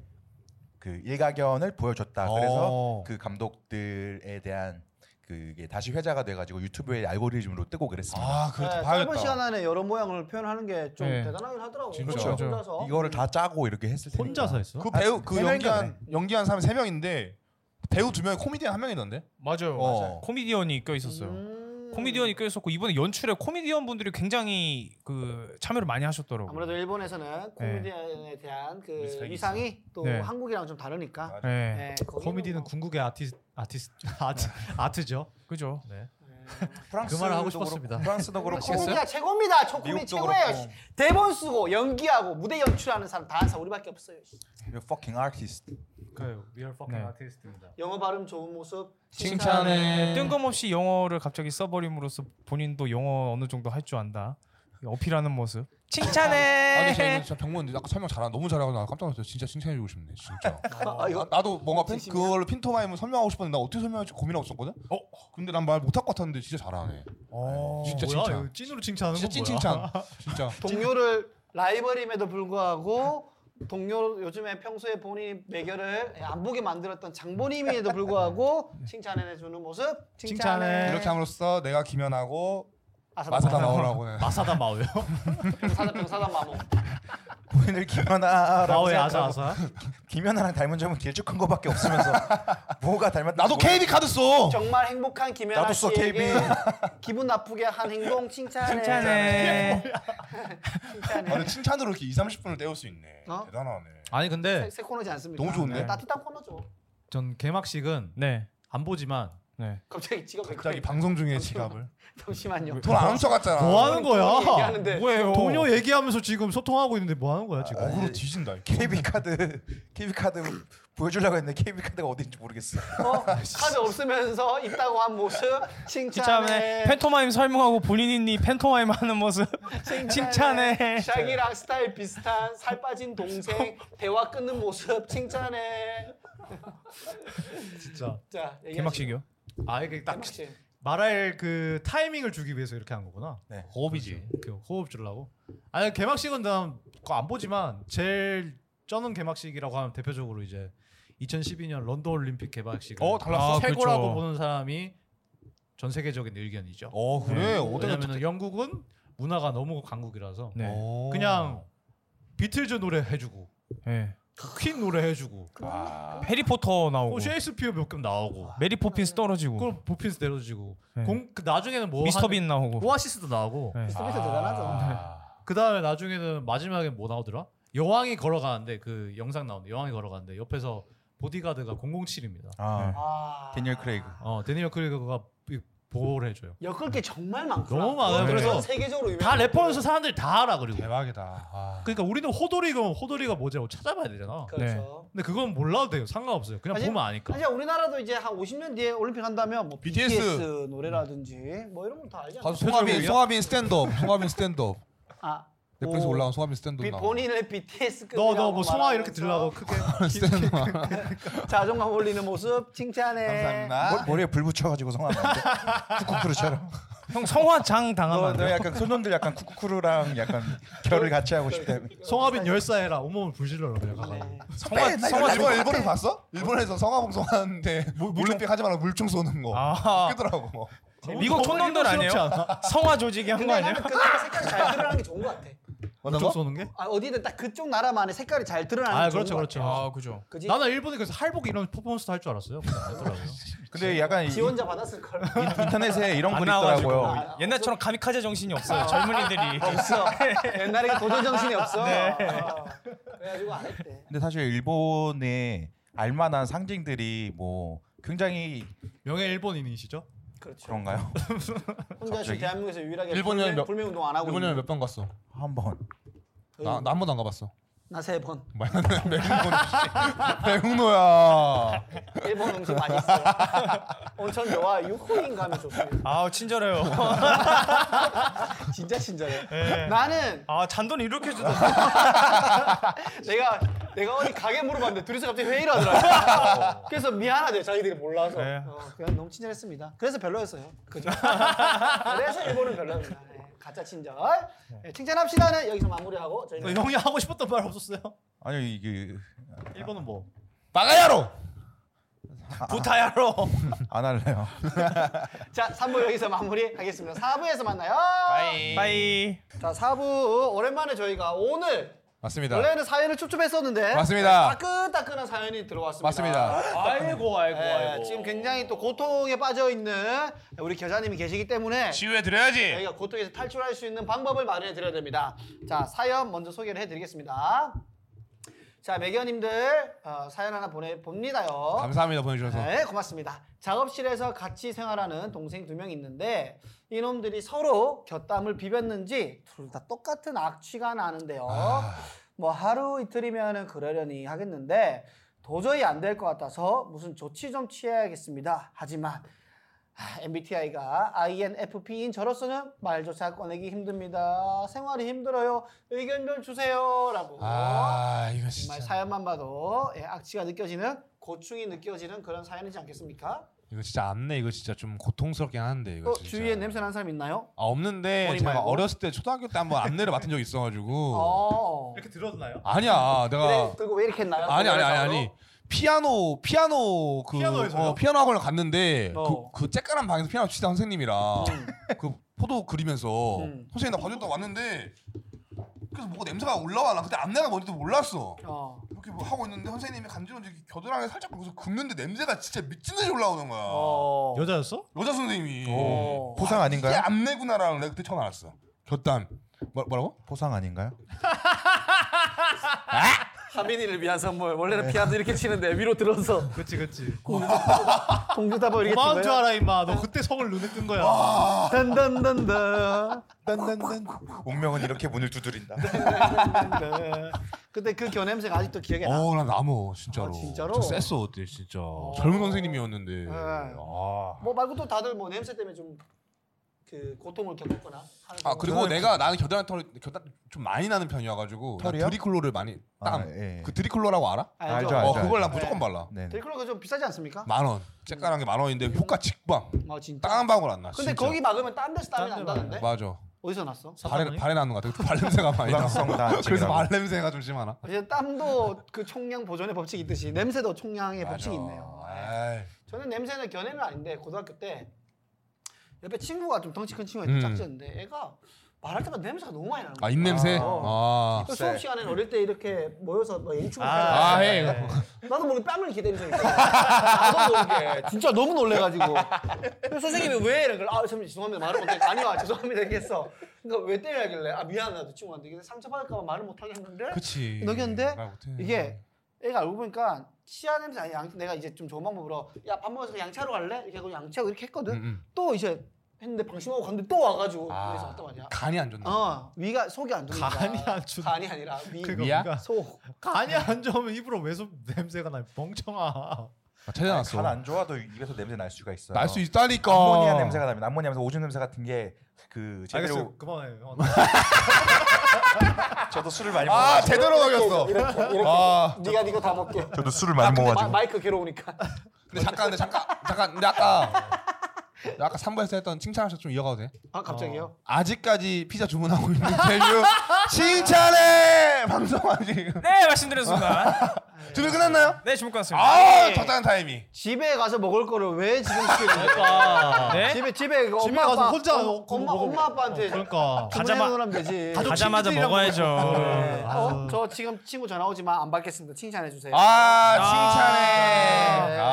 Speaker 6: 그 일가견을 보여줬다. 그래서
Speaker 3: 어.
Speaker 6: 그 감독들에 대한 그게 다시 회자가 돼가지고 유튜브의 알고리즘으로 뜨고 그랬습니다.
Speaker 3: 아
Speaker 1: 네,
Speaker 3: 그렇다.
Speaker 1: 짧은
Speaker 3: 봐야겠다.
Speaker 1: 시간 안에 여러 모양을 표현하는 게 좀
Speaker 4: 네.
Speaker 1: 대단하긴 하더라고.
Speaker 3: 진짜.
Speaker 6: 그렇죠.
Speaker 1: 혼자서.
Speaker 6: 이거를 다 짜고 이렇게 했을 테니까.
Speaker 5: 혼자서 했어?
Speaker 3: 그 배우
Speaker 6: 세
Speaker 3: 그
Speaker 6: 명인가
Speaker 3: 연기한 연기한 사람이 세 명인데 배우 두 명이 코미디언 한 명이던데.
Speaker 4: 맞아요.
Speaker 3: 어.
Speaker 4: 맞아요. 코미디언이 껴 있었어요.
Speaker 1: 음.
Speaker 4: 코미디언이 껴 있었고 이번에 연출에 코미디언 분들이 굉장히 그 참여를 많이 하셨더라고요.
Speaker 1: 아무래도 일본에서는 코미디언에 대한 그
Speaker 5: 리스펙이
Speaker 1: 위상이 또
Speaker 4: 네.
Speaker 1: 한국이랑 좀 다르니까.
Speaker 4: 네,
Speaker 1: 네, 거기는
Speaker 5: 코미디는
Speaker 1: 뭐,
Speaker 5: 궁극의 아티스 아티스 아트 아트죠.
Speaker 4: 그죠.
Speaker 5: 네.
Speaker 1: 네.
Speaker 6: 프랑스도
Speaker 5: 그 말을 하고
Speaker 6: 그렇고,
Speaker 5: 싶었습니다.
Speaker 6: 프랑스도 그렇고
Speaker 1: 코미디가 최고입니다. 초 코미디
Speaker 6: 미국도
Speaker 1: 최고예요.
Speaker 6: 그렇고.
Speaker 1: 씨. 대본 쓰고 연기하고 무대 연출하는 사람 다 한사 우리밖에 없어요. 씨.
Speaker 6: You're fucking artist.
Speaker 5: 그래요. 리얼 퍼킹
Speaker 4: 네.
Speaker 5: 아티스트입니다.
Speaker 1: 영어 발음 좋은 모습 네.
Speaker 4: 뜬금없이 영어를 갑자기 써버림으로써 본인도 영어 어느 정도 할 줄 안다 어필하는 모습.
Speaker 3: 아 근데
Speaker 4: 칭찬해.
Speaker 3: 쟤는 진짜 병문 아까 설명 잘한 너무 잘하고 나 깜짝 놀랐어. 진짜 칭찬해주고 싶네. 진짜.
Speaker 1: 아, 이거-
Speaker 3: 나- 나도 뭔가 팬,
Speaker 1: 진심이야?
Speaker 3: 그걸로 핀토마임을 설명하고 싶었는데 나 어떻게 설명할지 고민하고 있었거든. 어? 근데 난 말 못할 것 같았는데 진짜 잘하네. 진짜
Speaker 5: 뭐야?
Speaker 3: 칭찬.
Speaker 5: 이거 찐으로 칭찬하는
Speaker 3: 진짜
Speaker 5: 거
Speaker 3: 찐
Speaker 5: 뭐야?
Speaker 3: 칭찬. 진짜.
Speaker 1: 동료를 라이벌임에도 불구하고 동료 요즘에 평소에 본인 매결을 안 보게 만들었던 장본임에도 불구하고 칭찬해 주는 모습 칭찬해.
Speaker 5: 칭찬해.
Speaker 3: 이렇게 함으로써 내가 김연하고 마사다
Speaker 1: 네. 아사다
Speaker 3: 나오라고는.
Speaker 5: 마사다 마오요.
Speaker 1: 사다 병사다 마모.
Speaker 6: 본인을 김연아라고
Speaker 5: 마오의 아사
Speaker 6: 생각하고
Speaker 5: 아사.
Speaker 6: 김연아랑 닮은 점은 길쭉한 거밖에 없으면서 뭐가 닮았?
Speaker 3: 나도 KB 카드 써.
Speaker 1: 정말 행복한 김연아
Speaker 6: 나도 써,
Speaker 1: 씨에게
Speaker 6: KB.
Speaker 1: 기분 나쁘게 한 행동 칭찬해.
Speaker 4: 칭찬해.
Speaker 1: 네.
Speaker 3: 아, 근데 칭찬으로 이렇게 2, 30분을 때울 수 있네.
Speaker 1: 어?
Speaker 3: 대단하네.
Speaker 5: 아니
Speaker 1: 세,
Speaker 5: 근데
Speaker 1: 세 코너지 않습니까?
Speaker 3: 너무 좋은데?
Speaker 1: 따뜻한 코너죠.
Speaker 5: 전 개막식은
Speaker 4: 네.
Speaker 5: 안 보지만
Speaker 4: 네.
Speaker 1: 갑자기 지갑 왜
Speaker 3: 갑자기
Speaker 1: 꺼내?
Speaker 3: 방송 중에 지갑을
Speaker 1: 잠시만요.
Speaker 3: 돈안 훔쳐갔잖아.
Speaker 5: 뭐 하는 거야?
Speaker 1: 동료 얘기하는데
Speaker 4: 뭐예요?
Speaker 5: 동료 얘기하면서 지금 소통하고 있는데 뭐 하는 거야 지금?
Speaker 3: 어그로 뒤진다. 이거.
Speaker 6: 네. KB 카드 KB 카드 보여주려고 했는데 KB 카드가 어딘지 모르겠어.
Speaker 1: 어, 카드 없으면서 있다고 한 모습
Speaker 4: 칭찬해.
Speaker 1: 칭찬해.
Speaker 4: 팬토마임 설명하고 본인이 팬토마임 하는 모습. 칭찬해.
Speaker 1: 샤기랑 스타일 비슷한 살 빠진 동생 대화 끊는 모습 칭찬해.
Speaker 3: 음.
Speaker 5: 진짜.
Speaker 1: 자, 얘기하시죠.
Speaker 4: 개막식이요.
Speaker 5: 아 이게 딱
Speaker 1: 개막식.
Speaker 5: 말할 그 타이밍을 주기 위해서 이렇게 한 거구나.
Speaker 3: 네.
Speaker 4: 호흡이지.
Speaker 5: 그 호흡 주려고. 아니 개막식은 난안 보지만 제일 쩌는 개막식이라고 하면 대표적으로 이제 2012년 런던 올림픽 개막식.
Speaker 3: 어 달랐어.
Speaker 4: 아,
Speaker 5: 최고라고
Speaker 4: 그쵸.
Speaker 5: 보는 사람이 전 세계적인 의견이죠.
Speaker 3: 어 그래. 어디가
Speaker 5: 왜냐면 영국은 문화가 너무 강국이라서
Speaker 4: 네.
Speaker 3: 어.
Speaker 5: 그냥 비틀즈 노래 해주고
Speaker 4: 네.
Speaker 5: 퀸 노래 해주고
Speaker 3: 와.
Speaker 4: 해리포터 나오고
Speaker 5: 뭐 셰익스피어 몇 개 나오고
Speaker 4: 메리
Speaker 1: 네.
Speaker 4: 포핀스 떨어지고
Speaker 5: 그걸 보핀스 내려주고
Speaker 4: 아. 네.
Speaker 5: 공, 그 나중에는 뭐
Speaker 4: 미스터 빈 나오고.
Speaker 5: 한, 오아시스도 나오고
Speaker 4: 네.
Speaker 1: 스피드 대단하죠.
Speaker 5: 그 다음에 나중에는 마지막에 뭐 나오더라? 여왕이 걸어가는데 그 영상 나오는데 여왕이 걸어가는데 옆에서 보디가드가 007입니다.
Speaker 6: 아
Speaker 1: 아.
Speaker 6: 데니얼 크레이그.
Speaker 5: 어 데니얼 크리그가 보호를 해줘요.
Speaker 1: 엮을 게 정말 많구나. 어,
Speaker 5: 너무 많아요.
Speaker 1: 그건
Speaker 5: 그래서
Speaker 1: 세계적으로 유명.
Speaker 5: 다 래퍼여서 사람들이 다 알아 그리고.
Speaker 3: 대박이다. 와.
Speaker 5: 그러니까 우리는 호돌이 그럼 호돌이가 뭐지 하고 찾아봐야 되잖아.
Speaker 1: 그렇죠.
Speaker 5: 근데 그건 몰라도 돼요. 상관없어요. 그냥
Speaker 1: 아니,
Speaker 5: 보면 아니까.
Speaker 1: 사실 우리나라도 이제 한 50년 뒤에 올림픽 한다면 뭐 BTS,
Speaker 3: BTS.
Speaker 1: 노래라든지 뭐 이런 거다 알지 않나?
Speaker 3: 가수 송하빈 송하빈 스탠드업. 송하빈 스탠드업.
Speaker 1: 아,
Speaker 3: 넷플릭스
Speaker 1: 오.
Speaker 3: 올라온 송하빈 스탠드업
Speaker 1: 비,
Speaker 3: 나와.
Speaker 1: 본인의 BTS
Speaker 4: 그
Speaker 5: 너 너 뭐 성화 이렇게 들라고 크게
Speaker 3: 스탠드업.
Speaker 1: 자존감 올리는 모습 칭찬해. 네.
Speaker 3: 감사합니다.
Speaker 6: 머, 머리에 불 붙여가지고 성함인데 쿠쿠쿠루처럼.
Speaker 4: 형 성화장 당하면
Speaker 1: 뭐,
Speaker 6: 너,
Speaker 4: 안 돼요?
Speaker 6: 너 약간 손놈들 약간 쿠쿠쿠루랑 약간 결을 같이 하고 싶대.
Speaker 4: 네.
Speaker 5: 성화빈 열사해라 온몸을 불질러라 그냥 가가지고.
Speaker 1: 네.
Speaker 3: 뭐
Speaker 6: 성화
Speaker 3: 성화 일본 일본을 봤어? 일본에서 성화봉송하는데 올림픽 하지 말라고 물총 쏘는 거.
Speaker 4: 아.
Speaker 3: 웃기더라고.
Speaker 5: 어,
Speaker 4: 미국 촌놈들 아니에요? 성화 조직이 한 거
Speaker 1: 근데
Speaker 4: 아니에요?
Speaker 1: 나는 그 색깔이 잘 드러나는 게 좋은 것 같아.
Speaker 5: 쪽 쏘는 게?
Speaker 1: 아, 어디든 딱 그쪽 나라만의 색깔이 잘 드러나는
Speaker 5: 아
Speaker 1: 게 좋은
Speaker 5: 그렇죠
Speaker 1: 것
Speaker 5: 그렇죠.
Speaker 4: 아 그죠.
Speaker 1: 같아. 그지?
Speaker 5: 나는 일본에 그래서 할복 이런 퍼포먼스도 할 줄 알았어요. 근데 안 했더라고요.
Speaker 6: 근데 약간 이,
Speaker 1: 지원자 받았을 걸.
Speaker 6: 인- 인터넷에 이런 분
Speaker 4: 안 나와가지고
Speaker 6: 있더라고요.
Speaker 1: 아,
Speaker 4: 옛날처럼 가미카제 정신이 없어요. 젊은이들이.
Speaker 1: 없어. 옛날에 그 도전 정신이 없어.
Speaker 3: 네.
Speaker 1: 어. 그래가지고 안 했대.
Speaker 6: 근데 사실 일본에 알만한 상징들이 뭐 굉장히
Speaker 5: 명예 일본인이시죠?
Speaker 1: 그렇죠.
Speaker 6: 그런가요?
Speaker 1: 혼자 지금
Speaker 6: 갑자기?
Speaker 1: 대한민국에서 유일하게
Speaker 3: 일본 여행
Speaker 1: 불매,
Speaker 3: 몇-
Speaker 1: 불매 운동 안 하고
Speaker 3: 일본 여행 몇번 갔어?
Speaker 6: 한번
Speaker 1: 음.
Speaker 3: 나나 한 번도 안 가봤어.
Speaker 1: 나세 번.
Speaker 3: 배웅노야.
Speaker 1: 일본 음식 많이 있어. 온천 여와 유후인 가면 좋습니다.
Speaker 4: 아 친절해요.
Speaker 1: 진짜 친절해.
Speaker 4: 예.
Speaker 1: 네. 나는
Speaker 4: 아 잔돈 이렇게 주다.
Speaker 1: 내가 내가 어디 가게 물어봤는데 둘이서 갑자기 회의를 하더라고. 그래서 미안하대 자기들이 몰라서.
Speaker 4: 네.
Speaker 1: 어, 그냥 너무 친절했습니다. 그래서 별로였어요. 그죠? 그래서 일본은 별로입니다. 네, 가짜 친절. 네, 칭찬합시다는 여기서 마무리하고 저희는
Speaker 5: 형이 하고 싶었던 말 없었어요?
Speaker 6: 아니 이게
Speaker 5: 일본은 뭐?
Speaker 3: 마가야로.
Speaker 4: 부타야로.
Speaker 6: 안 할래요.
Speaker 1: 자 3부 여기서 마무리하겠습니다. 4부에서 만나요.
Speaker 4: 바이.
Speaker 1: 자 4부 오랜만에 저희가 오늘
Speaker 3: 맞습니다.
Speaker 1: 원래는 사연을 춥춥했었는데
Speaker 3: 맞습니다.
Speaker 1: 따끈따끈한 사연이 들어왔습니다.
Speaker 3: 맞습니다.
Speaker 4: 아이고 아이고
Speaker 1: 예, 지금 굉장히 또 고통에 빠져 있는 우리 겨자님이 계시기 때문에
Speaker 3: 치유해 드려야지.
Speaker 1: 저희가 고통에서 탈출할 수 있는 방법을 마련해 드려야 됩니다. 자 사연 먼저 소개를 해드리겠습니다. 자 매견님들 어, 사연 하나 보내 봅니다요.
Speaker 3: 감사합니다 보내주셔서.
Speaker 1: 네, 고맙습니다. 작업실에서 같이 생활하는 동생 두 명 있는데 이놈들이 서로 곁담을 비볐는지 둘 다 똑같은 악취가 나는데요.
Speaker 3: 아.
Speaker 1: 뭐 하루 이틀이면은 그러려니 하겠는데 도저히 안 될 것 같아서 무슨 조치 좀 취해야겠습니다. 하지만 아, 하, MBTI가 INFP인 저로서는 말조차 꺼내기 힘듭니다. 생활이 힘들어요. 의견 좀 주세요라고.
Speaker 3: 아 이거
Speaker 1: 정말
Speaker 3: 진짜
Speaker 1: 사연만 봐도 예, 악취가 느껴지는 고충이 느껴지는 그런 사연이지 않겠습니까?
Speaker 3: 이거 진짜 안내 이거 진짜 좀 고통스럽긴 한데 이거
Speaker 1: 어,
Speaker 3: 어, 진짜.
Speaker 1: 주위에 냄새 나는 사람 있나요?
Speaker 3: 아 없는데
Speaker 1: 머리
Speaker 3: 제가
Speaker 1: 말고?
Speaker 3: 어렸을 때 초등학교 때 한번 안내를 맡은 적이 있어가지고
Speaker 1: 어.
Speaker 5: 이렇게 들었나요?
Speaker 3: 아니야 내가
Speaker 1: 그래, 그리고 왜 이렇게 했나요?
Speaker 3: 아니 아니 아니
Speaker 1: 그래서?
Speaker 3: 아니 피아노 피아노 그
Speaker 5: 피아노에서요?
Speaker 3: 어, 피아노 학원을 갔는데
Speaker 1: 어.
Speaker 3: 그, 그 쬐깔한 방에서 피아노 치던 선생님이랑 그 포도 그리면서
Speaker 1: 음.
Speaker 3: 선생님 나 봐줬다 왔는데 그래서 뭐가 냄새가 올라와 나 그때 안내가 뭔지도 몰랐어
Speaker 1: 어.
Speaker 3: 이렇게 뭐 하고 있는데 선생님이 간지러운지 겨드랑이 살짝 거기서 긁는데 냄새가 진짜 미친 듯이 올라오는 거야
Speaker 1: 어.
Speaker 5: 여자였어?
Speaker 3: 아. 여자 선생님이
Speaker 1: 어.
Speaker 6: 포상
Speaker 3: 이게
Speaker 6: 아닌가요?
Speaker 3: 안내구나라는 내가 그때 처음 알았어 곁담 뭐, 뭐라고?
Speaker 6: 포상 아닌가요?
Speaker 1: 하민이를 위한 선물.
Speaker 3: 네.
Speaker 1: 원래는 피아노 이렇게 치는데 위로 들어서
Speaker 5: 그치 그치.
Speaker 1: 공주답을 이렇게
Speaker 5: 고마운 줄
Speaker 1: 치고요.
Speaker 5: 알아 임마. 너 그때 성을 눈에 뜬 거야.
Speaker 1: 딴딴딴딴.
Speaker 6: 딴딴딴. 운명은 이렇게 문을 두드린다.
Speaker 1: 네. 근데 그 겨냄새가 아직도 기억에 나.
Speaker 3: 어난 나무 진짜로.
Speaker 1: 아, 진짜로? 네.
Speaker 3: 저 쎘어 어때 진짜. 젊은 선생님이었는데. 아.
Speaker 1: 뭐 말고도 다들 뭐 냄새 때문에 좀 그 고통을 겪었거나 하는
Speaker 3: 아
Speaker 1: 경우가
Speaker 3: 그리고 내가 나는 겨드랑이 털 겨드랑이 좀 많이 나는 편이어가지고 난
Speaker 6: 털이요?
Speaker 3: 드리클로를 많이 땀.
Speaker 6: 아, 예.
Speaker 3: 그 드리클로라고 알아?
Speaker 1: 알죠.
Speaker 6: 알죠, 알죠.
Speaker 3: 어 그걸 난
Speaker 1: 알죠. 네.
Speaker 3: 무조건 발라.
Speaker 6: 네.
Speaker 1: 데클로가 좀 비싸지 않습니까?
Speaker 3: 만 원. 쬐깐한 게 만 원인데 효과 직방.
Speaker 1: 어 진짜.
Speaker 3: 땀 한 방울 안 나.
Speaker 1: 근데
Speaker 3: 아, 진짜.
Speaker 1: 거기 막으면 딴 데서 땀이
Speaker 5: 딴데
Speaker 1: 난다는데?
Speaker 3: 맞아.
Speaker 1: 어디서 났어?
Speaker 3: 발에 발에 나는 것 같아. 발 냄새가 많이 나.
Speaker 6: 부각성 다
Speaker 3: 그래서 발 냄새가 좀 심하나?
Speaker 1: 이제 땀도 그 총량 보존의 법칙이 있듯이 냄새도 총량의 예, 법칙이 있네요. 아.
Speaker 3: 에이.
Speaker 1: 저는 냄새는 견해는 아닌데 고등학교 때 옆에 친구가 좀 덩치 큰 친구가
Speaker 3: 음.
Speaker 1: 짝지였는데 애가 말할 때마다 냄새가 너무 많이 나는
Speaker 3: 아
Speaker 1: 거야.
Speaker 3: 입냄새.
Speaker 1: 그
Speaker 3: 아.
Speaker 1: 수업 시간에 어릴 때 이렇게 모여서 뭐 일축을
Speaker 3: 아,
Speaker 1: 아,
Speaker 4: 네.
Speaker 3: 해.
Speaker 1: 나도 모르게 뺨을 기대는 적이 있어. 나도 모르게 진짜 너무 놀래가지고. 그래서 선생님이 왜 이런 걸? 아 선생님 죄송합니다 말을 못해. 아니요 죄송합니다 이랬어. 그러니까 왜 때리길래? 아 미안하다 친구한테. 근데 상처받을까봐 말을 못하게 했는데
Speaker 3: 그치. 아,
Speaker 1: 녹였는데
Speaker 3: 말 못해.
Speaker 1: 이게 애가 알고 보니까 치아 냄새 아니 양, 내가 이제 좀 좋은 방법으로 야 밥 먹어서 양치하러 갈래? 이렇게 하고 양치하고 이렇게 했거든.
Speaker 3: 음, 음.
Speaker 1: 또 이제 했는데 방심하고 갔는데 또 와가지고
Speaker 3: 아.
Speaker 1: 그래서 왔단 말이야.
Speaker 3: 간이 안 좋나?
Speaker 1: 어 위가 속이 안 좋는
Speaker 5: 간이 안 좋-
Speaker 1: 간이 아니라 위.
Speaker 5: 그거
Speaker 3: 미야?
Speaker 5: 뭔가
Speaker 1: 속.
Speaker 5: 간이 안 좋으면 입으로 왜소 냄새가 나 멍청아.
Speaker 3: 아, 찾아놨어.
Speaker 6: 간안 좋아도 입에서 냄새 날 수가 네. 있어요. 그
Speaker 3: 날 수 있다니까.
Speaker 6: 암모니아 냄새가 나면 암모니아면서 오줌 냄새 같은 게 그 제대로
Speaker 5: 알겠어 그만해. 형.
Speaker 6: 저도 술을 많이
Speaker 3: 아
Speaker 6: 먹어가지고
Speaker 3: 제대로 녹였어.
Speaker 1: 이렇게 이렇게
Speaker 3: 아
Speaker 1: 네가 네거 다 먹게.
Speaker 6: 저도 술을 많이 먹어가지고
Speaker 1: 마, 이크 괴로우니까.
Speaker 3: 근데 잠깐 근데 잠깐 잠깐 근데 아까 근데 아까 3부에서 했던 칭찬하셔 좀 이어가도 돼?
Speaker 1: 아 갑자기요?
Speaker 3: 아직까지 피자 주문하고 있는 대유 칭찬해 방송 아직
Speaker 4: 네 말씀드린 순간.
Speaker 3: 준비 끝났나요?
Speaker 4: 네 주목 같습니다.
Speaker 3: 아 적당한 타이밍.
Speaker 1: 집에 가서 먹을 거를 왜 지금 시키는 거야?
Speaker 4: 네
Speaker 1: 집에 집에 이거
Speaker 5: 집에
Speaker 1: 엄마,
Speaker 5: 가서
Speaker 1: 아빠,
Speaker 5: 혼자
Speaker 1: 엄-
Speaker 5: 먹고
Speaker 1: 엄마
Speaker 5: 먹으면-
Speaker 1: 엄마 아빠한테
Speaker 5: 그러니까.
Speaker 4: 가자마-
Speaker 1: 주문해놓으면 되지.
Speaker 4: 가자마자
Speaker 5: 친구들이랑
Speaker 4: 먹어야죠.
Speaker 1: 네.
Speaker 5: 아,
Speaker 1: 어? 저 지금 친구 전화 오지만 안 받겠습니다. 칭찬해 주세요.
Speaker 3: 아 칭찬해.
Speaker 1: 네. 전화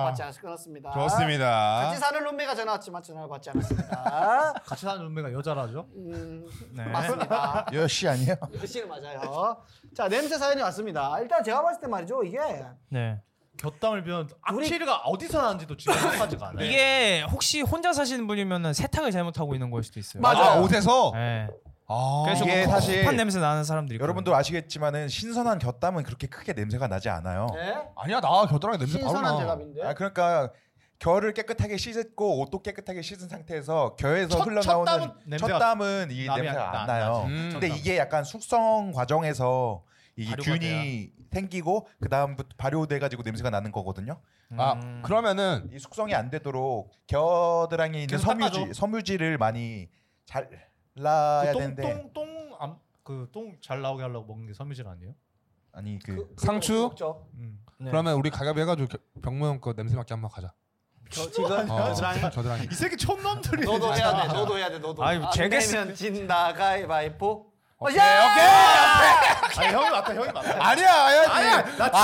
Speaker 3: 아
Speaker 1: 받지 않아서 끊었습니다. 같이
Speaker 3: 좋습니다.
Speaker 1: 사는 룸메가 전화 왔지만 전화를 받지 않았습니다.
Speaker 5: 같이 사는 룸메가 여자라죠?
Speaker 1: 음,
Speaker 4: 네.
Speaker 1: 맞습니다.
Speaker 6: 여시 아니에요?
Speaker 1: 열심히 맞아요. 자 냄새 사연이 왔습니다. 일단 제가 봤을 때 말이죠 이게
Speaker 4: 네.
Speaker 5: 곁담을 비면 악취가 어디서 나는지도 지금 생각하지가 않아요.
Speaker 4: 이게 혹시 혼자 사시는 분이면 세탁을 잘못하고 있는 걸 수도 있어요.
Speaker 1: 맞아요.
Speaker 3: 아 옷에서.
Speaker 4: 네.
Speaker 3: 아
Speaker 4: 그래서
Speaker 6: 이게
Speaker 4: 그
Speaker 6: 사실
Speaker 4: 꿉꿉한 냄새 나는 사람들이
Speaker 6: 여러분도 아시겠지만은 신선한 곁담은 그렇게 크게 냄새가 나지 않아요.
Speaker 1: 네?
Speaker 3: 아니야 나 겨드랑이 냄새 바로
Speaker 1: 신선한
Speaker 3: 나.
Speaker 1: 제갑인데.
Speaker 6: 아 그러니까 결을 깨끗하게 씻고 옷도 깨끗하게 씻은 상태에서 겨에서
Speaker 5: 첫- 첫
Speaker 6: 흘러나오는
Speaker 5: 땀은
Speaker 6: 첫
Speaker 5: 냄새가-
Speaker 6: 땀은 이
Speaker 5: 남이
Speaker 6: 냄새가
Speaker 5: 안-
Speaker 6: 안
Speaker 5: 나-
Speaker 6: 나요.
Speaker 5: 나지.
Speaker 3: 음.
Speaker 6: 근데 이게 약간 숙성 과정에서 이
Speaker 4: 발효가
Speaker 6: 균이 생기고 그 다음부터 발효돼가지고 냄새가 나는 거거든요.
Speaker 3: 아
Speaker 4: 음.
Speaker 3: 그러면은
Speaker 6: 이 숙성이 안 되도록 겨드랑이 있는
Speaker 5: 계속
Speaker 6: 섬유질
Speaker 5: 닦아줘.
Speaker 6: 섬유질을 많이
Speaker 5: 그
Speaker 6: 잘라야 되는데
Speaker 5: 그똥똥똥그똥잘 나오게 하려고 먹는 게 섬유질 아니에요?
Speaker 6: 아니 그
Speaker 1: 그-
Speaker 3: 상추?
Speaker 1: 그거 먹죠.
Speaker 5: 음.
Speaker 4: 네.
Speaker 3: 그러면 우리 가위바위보 해가지고 겨- 병모 형거 냄새 맡기 한번 가자.
Speaker 1: 저 지금
Speaker 3: 어,
Speaker 1: 저랑
Speaker 3: 겨드랑이.
Speaker 5: 이 새끼 촌놈들이
Speaker 1: 너도 해야 돼. 너도 해야 돼. 너도.
Speaker 4: 아유, 재겠어.
Speaker 1: 면 진다 가위바위보.
Speaker 3: 오케이
Speaker 1: 야!
Speaker 3: 오케이.
Speaker 5: 아니 형이 맞다 형이 맞다.
Speaker 3: 아니야 해야 돼. 아,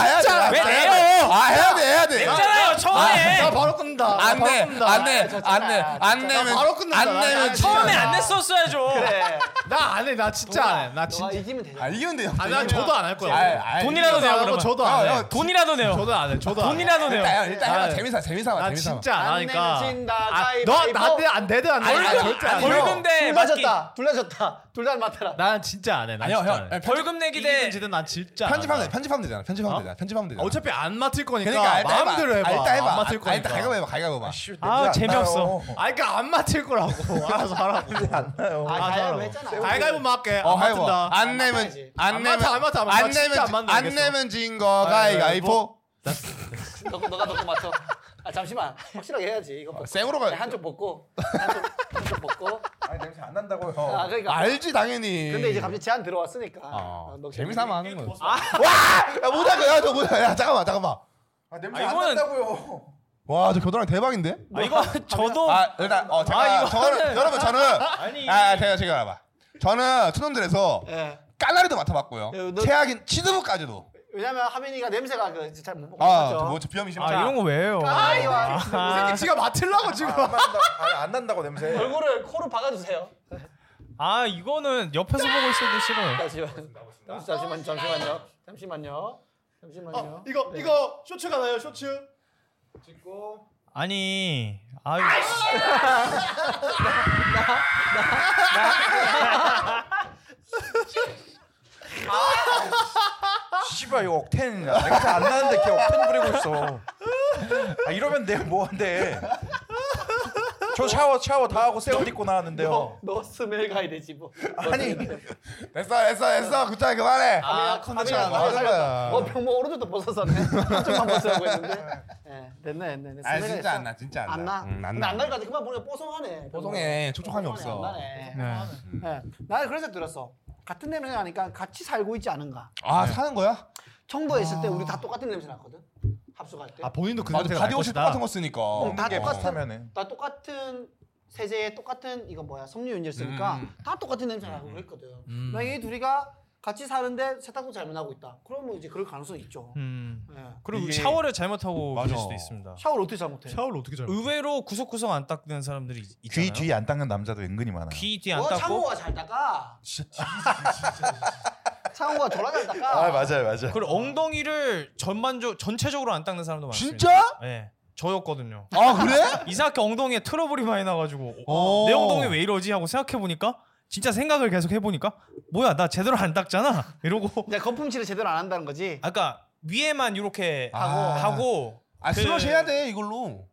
Speaker 3: 해야 돼. 아,
Speaker 4: 왜
Speaker 3: 해야 돼.
Speaker 4: 내요?
Speaker 3: 아 해야 돼 해야 돼.
Speaker 4: 있잖아요 처음에
Speaker 5: 나 바로 끊는다.
Speaker 3: 아,
Speaker 5: 나 아, 바로 끊는다.
Speaker 3: 안내안내안
Speaker 5: 나 아, 바로 끝난다. 나- 나-
Speaker 4: 처음에
Speaker 3: 아.
Speaker 4: 안 냈었어야죠.
Speaker 1: 그래.
Speaker 5: 나 안 해. 나 진짜 안 해. 나
Speaker 1: 너가
Speaker 5: 진짜.
Speaker 1: 네. 이기면 되잖아.
Speaker 3: 아 이기면 돼요.
Speaker 5: 아난 저도 안 할 거야.
Speaker 4: 돈이라도 내요
Speaker 5: 하고
Speaker 4: 그러면. 아,
Speaker 5: 저도 안
Speaker 3: 야,
Speaker 5: 해.
Speaker 3: 야,
Speaker 4: 돈이라도 내요.
Speaker 5: 저도 안 해. 저도 안 해.
Speaker 4: 돈이라도 내요.
Speaker 3: 일단 일단 해봐
Speaker 5: 아,
Speaker 3: 재미삼아 재미삼아
Speaker 5: 나
Speaker 3: 재미삼아.
Speaker 5: 진짜 안
Speaker 1: 안
Speaker 5: 하니까.
Speaker 1: 내면 진다,
Speaker 5: 아,
Speaker 1: 가위바위보.
Speaker 5: 너 나한테 안 되든 안 되든
Speaker 3: 아니,
Speaker 5: 절대 안
Speaker 3: 아니,
Speaker 5: 해.
Speaker 3: 벌금
Speaker 4: 벌금대
Speaker 1: 둘
Speaker 4: 맞기.
Speaker 1: 맞았다. 둘 맞았다. 둘 다 맞더라.
Speaker 5: 난 진짜 안 해. 난
Speaker 3: 아니요
Speaker 5: 진짜 안
Speaker 3: 형
Speaker 5: 해.
Speaker 4: 벌금 내기
Speaker 5: 이기든
Speaker 4: 대
Speaker 5: 지든 난 진짜 안
Speaker 3: 편집하면
Speaker 5: 해.
Speaker 3: 돼, 편집하면 되잖아. 편집하면
Speaker 5: 어?
Speaker 3: 되잖아. 편집하면 되잖아.
Speaker 5: 어차피 안 맡을 거니까
Speaker 3: 그러니까 일단 해봐.
Speaker 5: 마음대로 해봐.
Speaker 3: 아, 일단 해봐.
Speaker 5: 안 맡을
Speaker 3: 아,
Speaker 5: 거니까.
Speaker 3: 일단 가위바위보 가위바위보 봐.
Speaker 6: 씨,
Speaker 4: 아우,
Speaker 6: 냄새 안
Speaker 4: 재미없어.
Speaker 6: 나요.
Speaker 5: 아, 그러니까 안 맡을 거라고. 알아서 하라고.
Speaker 6: 안 나요.
Speaker 1: 아,
Speaker 5: 알아서
Speaker 1: 가위바위보
Speaker 5: 하라고.
Speaker 1: 했잖아.
Speaker 5: 가위바위보 맡게.
Speaker 3: 어
Speaker 5: 안
Speaker 3: 가위바위보.
Speaker 5: 맡는다.
Speaker 3: 안 내면
Speaker 1: 맞아야지.
Speaker 3: 안
Speaker 5: 안
Speaker 3: 내면
Speaker 5: 맞아, 안 맞아, 안 맞아.
Speaker 3: 안
Speaker 5: 진짜 안
Speaker 3: 내면
Speaker 5: 맞는다,
Speaker 3: 안
Speaker 5: 알겠어.
Speaker 3: 내면 진거
Speaker 5: 가위바위보.
Speaker 3: 가위바위보.
Speaker 1: 너, 너가 너거 맞춰. 아 잠시만. 확실하게 해야지. 이거 벗고.
Speaker 3: 생으로
Speaker 1: 야,
Speaker 3: 가.
Speaker 1: 한쪽 벗고. 한쪽, 한쪽 벗고.
Speaker 6: 아니 냄새 안 난다고요.
Speaker 1: 아 그러니까.
Speaker 3: 알지 당연히.
Speaker 1: 근데 이제 갑자기 제안 들어왔으니까.
Speaker 3: 어,
Speaker 1: 어, 너
Speaker 3: 재미삼아 하는 거야.
Speaker 5: 아,
Speaker 3: 야 못할 거야. 야, 저 못할. 야 잠깐만 잠깐만.
Speaker 6: 아, 냄새
Speaker 4: 아,
Speaker 6: 안
Speaker 4: 이거는-
Speaker 6: 난다고요.
Speaker 3: 와 저 겨드랑이 대박인데?
Speaker 4: 아, 이거 저도
Speaker 3: 아 일단 어 잠깐
Speaker 4: 이거는-
Speaker 3: 저는 여러분 저는
Speaker 4: 아니.
Speaker 3: 아 제가 제가 봐봐. 저는 투놈들에서
Speaker 1: 예.
Speaker 3: 깔라리도 맡아봤고요.
Speaker 1: 야, 너-
Speaker 3: 최악인 치즈부까지도.
Speaker 1: 왜냐면 하민이가 냄새가 그잘못 먹고
Speaker 3: 아,
Speaker 1: 어, 맞죠?
Speaker 3: 저뭐 비염이
Speaker 4: 아
Speaker 3: 심하죠.
Speaker 4: 이런 거 왜요?
Speaker 1: 아이와
Speaker 6: 아,
Speaker 3: 아,
Speaker 5: 이 새끼 지가 맡으려고 지금.
Speaker 6: 안 난다. 아니, 안 난다고 냄새.
Speaker 1: 얼굴을 코로 박아주세요.
Speaker 4: 아 이거는 옆에서 보고 있어도 싫어요.
Speaker 1: 잠시만. 잠시만 잠시만요. 잠시만요. 잠시만요.
Speaker 5: 이거 이거 쇼츠가 나요 쇼츠.
Speaker 4: 아니 아유 네.
Speaker 6: 씨발 이거 억텐 아, 내가 잘안 나는데 걔 억텐 부리고 있어 아 이러면 내가 뭐한데 저 샤워 샤워 다 하고 새 옷 입고 나왔는데요
Speaker 1: 너 스멜 가야 되지 뭐.
Speaker 6: 아니
Speaker 3: 됐어 됐어 됐어 굿자이 그만해
Speaker 1: 아, 컨디션
Speaker 3: 안 나오는 거야.
Speaker 1: 어, 병모 오른쪽도 벗었었네. 한쪽만 벗으라고 했는데. 예, 됐네, 됐네. 됐네.
Speaker 3: 네. 아
Speaker 1: 스멜이 있어.
Speaker 3: 진짜 안 나 진짜
Speaker 1: 안 나.
Speaker 3: 응, 안
Speaker 1: 근데
Speaker 3: 나.
Speaker 1: 안 가니까 그만 보니까 뽀송하네.
Speaker 3: 보송해
Speaker 1: 뽀송하네,
Speaker 3: 촉촉함이 없어.
Speaker 1: 안 나네.
Speaker 4: 네.
Speaker 1: 예, 나는 그래서 들었어. 같은 냄새 나니까 같이 살고 있지 않은가.
Speaker 3: 아 사는 거야?
Speaker 1: 청도에 있을 때 우리 다 똑같은 냄새 났거든. 합숙할 때.
Speaker 5: 아 본인도 그
Speaker 3: 맞아
Speaker 5: 냄새가 날
Speaker 3: 바디 옷이
Speaker 5: 것이다.
Speaker 3: 똑같은 거 쓰니까. 어.
Speaker 1: 다
Speaker 6: 게
Speaker 1: 똑같은
Speaker 6: 비슷하면은.
Speaker 1: 다 똑같은 세제에 똑같은 이거 뭐야 섬유유연제 쓰니까
Speaker 3: 음.
Speaker 1: 다 똑같은 냄새 나고 그랬거든.
Speaker 5: 음.
Speaker 1: 만약에 이 둘이가 같이 사는데 세탁도 잘못하고 있다. 그럼 뭐 이제 그럴 가능성이 있죠.
Speaker 4: 음.
Speaker 1: 예.
Speaker 4: 그리고
Speaker 3: 이게-
Speaker 4: 샤워를 잘못하고
Speaker 3: 맞아.
Speaker 4: 계실 수도 있습니다.
Speaker 1: 샤워를 어떻게 잘못해?
Speaker 5: 샤워를 어떻게 잘?
Speaker 4: 의외로 구석구석 안 닦는 사람들이 있- 있잖아요.
Speaker 6: 귀 뒤에 안 닦는 남자도 은근히 많아
Speaker 4: 귀뒤안
Speaker 1: 어,
Speaker 4: 닦고
Speaker 1: 창호가 잘 닦아. 창호가 졸라 잘 닦아.
Speaker 6: 맞아요 맞아요
Speaker 4: 그리고 엉덩이를 전반적 전체적으로 안 닦는 사람도 많습니다.
Speaker 3: 진짜?
Speaker 4: 예. 저였거든요.
Speaker 3: 아 그래?
Speaker 4: 이상하게 엉덩이에 트러블이 많이 나가지고
Speaker 3: 어.
Speaker 4: 내 엉덩이 왜 이러지 하고 생각해 보니까 진짜 생각을 계속 해 보니까 뭐야 나 제대로 안 닦잖아 이러고
Speaker 1: 근데 거품칠을 제대로 안 한다는 거지.
Speaker 4: 아까 위에만 이렇게
Speaker 3: 아.
Speaker 4: 하고
Speaker 3: 아
Speaker 4: 그-
Speaker 3: 슬러시 해야 돼 이걸로.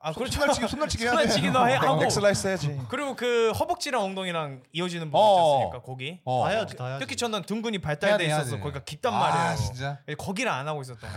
Speaker 4: 아 그렇죠.
Speaker 3: 손날치기 손날치기 해야 돼. 어. 아,
Speaker 4: 손날치기도 해 하고
Speaker 6: 넥슬라이스 해야지
Speaker 4: 그리고 그 허벅지랑 엉덩이랑 이어지는 부분
Speaker 3: 어.
Speaker 4: 있었으니까 거기.
Speaker 3: 어.
Speaker 5: 다 해야지 다 해야지.
Speaker 4: 특히 저는 둥근이
Speaker 3: 해야
Speaker 4: 발달돼
Speaker 3: 돼, 해야
Speaker 4: 있었어.
Speaker 3: 돼.
Speaker 4: 거기가 깊단
Speaker 3: 아,
Speaker 4: 말이에요.
Speaker 3: 진짜? 아.
Speaker 4: 예, 거기를 안 하고 있었던 거예요.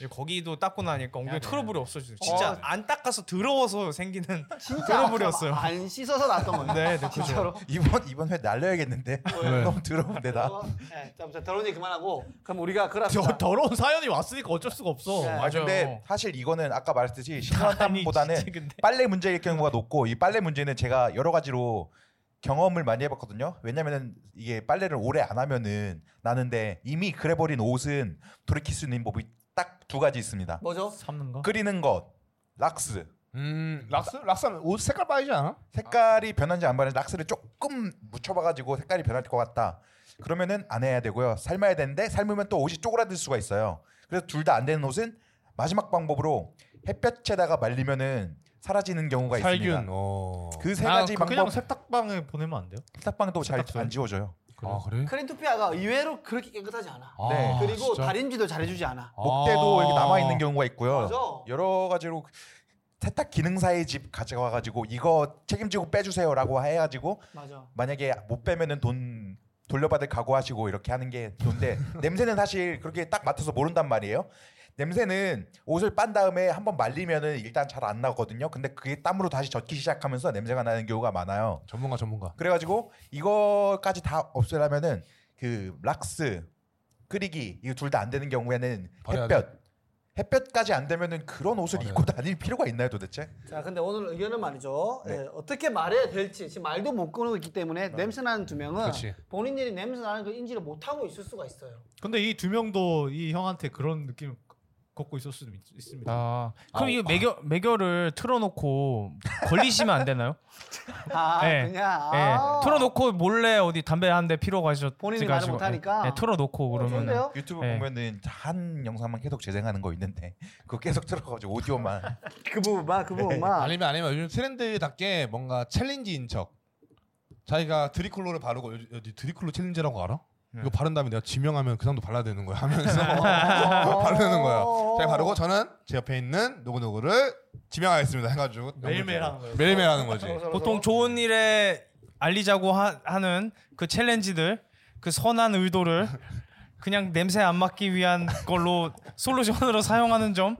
Speaker 4: 예, 거기도 닦고 나니까 엉덩이 트러블이 없어지고 진짜
Speaker 1: 어.
Speaker 4: 안 닦아서 더러워서 생기는
Speaker 1: 진짜
Speaker 4: 들어버렸어요.
Speaker 1: 참 안 씻어서 났던 거네.
Speaker 4: 네, 네,
Speaker 1: 진짜로.
Speaker 6: 이번 이번 회 날려야겠는데
Speaker 3: 네.
Speaker 6: 너무 더러운데 나 아,
Speaker 1: 어, 예, 자, 자, 더러운 얘기 그만하고 그럼 우리가 그랍시다.
Speaker 5: 저 더러운 사연이 왔으니까 어쩔 수가 없어.
Speaker 1: 네.
Speaker 6: 아, 근데
Speaker 4: 맞아요.
Speaker 6: 사실 이거는 아까 말했듯이
Speaker 4: 아니,
Speaker 6: 신호한땀보다는
Speaker 4: 진짜 근데.
Speaker 6: 빨래 문제일 경우가 높고 이 빨래 문제는 제가 여러 가지로 경험을 많이 해봤거든요. 왜냐면은 이게 빨래를 오래 안 하면은 나는데 이미 그래버린 옷은 돌이킬 수 있는 법이 딱 두 가지 있습니다.
Speaker 1: 뭐죠?
Speaker 5: 삶는 거.
Speaker 6: 끓이는 것, 락스.
Speaker 3: 음 락스 락스 하면 옷 색깔 빠지지 않아?
Speaker 6: 색깔이 변한지 안 변한지 락스를 조금 묻혀봐가지고 색깔이 변할 것 같다. 그러면은 안 해야 되고요. 삶아야 되는데 삶으면 또 옷이 쪼그라들 수가 있어요. 그래서 둘 다 안 되는 옷은 마지막 방법으로 햇볕에다가 말리면은 사라지는 경우가 있습니다.
Speaker 3: 어.
Speaker 6: 그 세
Speaker 5: 아,
Speaker 6: 가지
Speaker 5: 그
Speaker 6: 방법
Speaker 5: 그냥 세탁방에 보내면 안 돼요?
Speaker 6: 세탁방도 잘
Speaker 5: 세탁소에.
Speaker 6: 안 지워져요.
Speaker 3: 아 그래?
Speaker 1: 크린토피아가 의외로 그렇게 깨끗하지 않아.
Speaker 6: 네.
Speaker 1: 그리고
Speaker 3: 진짜?
Speaker 1: 다림질도 잘해주지 않아.
Speaker 6: 목대도 이렇게 남아 있는 경우가 있고요.
Speaker 1: 맞아.
Speaker 6: 여러 가지로 세탁 기능사의 집 가져가가지고 이거 책임지고 빼주세요라고 해가지고
Speaker 1: 맞아.
Speaker 6: 만약에 못 빼면은 돈 돌려받을 각오하시고 이렇게 하는 게 좋은데 냄새는 사실 그렇게 딱 맡아서 모른단 말이에요. 냄새는 옷을 빤 다음에 한번 말리면은 일단 잘 안 나거든요. 근데 그게 땀으로 다시 젖기 시작하면서 냄새가 나는 경우가 많아요.
Speaker 3: 전문가 전문가.
Speaker 6: 그래가지고 이거까지 다 없애려면은 그 락스 끓이기 이거 둘 다 안 되는 경우에는
Speaker 3: 버려야 돼?
Speaker 6: 햇볕 햇볕까지 안 되면은 그런 옷을
Speaker 3: 버려야
Speaker 6: 입고 다닐 필요가 있나요 도대체?
Speaker 1: 자, 근데 오늘 의견은 말이죠.
Speaker 6: 네.
Speaker 1: 예, 어떻게 말해야 될지 지금 말도 못 끊고 있기 때문에 냄새 나는 두
Speaker 6: 아.
Speaker 1: 명은
Speaker 3: 그렇지.
Speaker 1: 본인들이 냄새 나는 걸 인지를 못 하고 있을 수가 있어요.
Speaker 5: 근데 이 두 명도 이 형한테 그런 느낌 갖고 있을 수도 있, 습니다
Speaker 4: 아, 그럼
Speaker 3: 아,
Speaker 4: 이 매겨 매겨를 틀어놓고 걸리시면 안 되나요?
Speaker 1: 아,
Speaker 4: 네.
Speaker 1: 그냥
Speaker 4: 예,
Speaker 1: 아.
Speaker 4: 틀어놓고 몰래 어디 담배 한 대 피러 가셔.
Speaker 1: 본인이 말을 못하니까.
Speaker 4: 예, 틀어놓고 그러면.
Speaker 1: 좋은데요?
Speaker 6: 유튜브
Speaker 4: 네.
Speaker 6: 보면은 한 영상만 계속 재생하는 거 있는데 그거 계속 들어가지고 오디오만
Speaker 1: 그 부분만 그 부분만.
Speaker 3: 아니면 아니면 요즘 트렌드답게 뭔가 챌린지인 척. 자기가 드리클로를 바르고 요- 요- 드리클로 챌린지라고 알아?
Speaker 6: 네.
Speaker 3: 이거 바른 다음에 내가 지명하면 그 사람도 발라야 되는 거야 하면서 바르는 거야. 자기 바르고 저는 제 옆에 있는 누구누구를 지명하겠습니다 해가지고
Speaker 5: 매일매일 하는 거예요.
Speaker 3: 매일매일 하는 거지.
Speaker 4: 보통 좋은 일에 알리자고 하, 하는 그 챌린지들, 그 선한 의도를 그냥 냄새 안 맡기 위한 걸로 솔루션으로 사용하는 점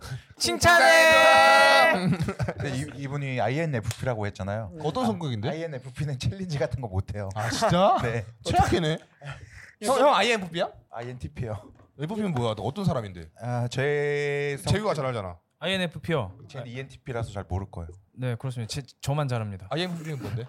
Speaker 4: 칭찬해.
Speaker 6: 근데 이, 이분이 INFP라고 했잖아요.
Speaker 3: 어떤 성격인데?
Speaker 6: INFP는 챌린지 같은 거 못해요.
Speaker 3: 네? 아 진짜?
Speaker 6: 네,
Speaker 3: 최악이네. 형, 형 INFP야?
Speaker 6: INTP요.
Speaker 3: FP는 뭐야? 너 어떤 사람인데?
Speaker 6: 아, 제 성... E
Speaker 3: 재규가 잘 알잖아.
Speaker 4: INFP요.
Speaker 6: 는 ENTP라서 잘 모를 거예요.
Speaker 4: 네 그렇습니다. 제, 저만 잘합니다.
Speaker 3: INFP는 뭔데?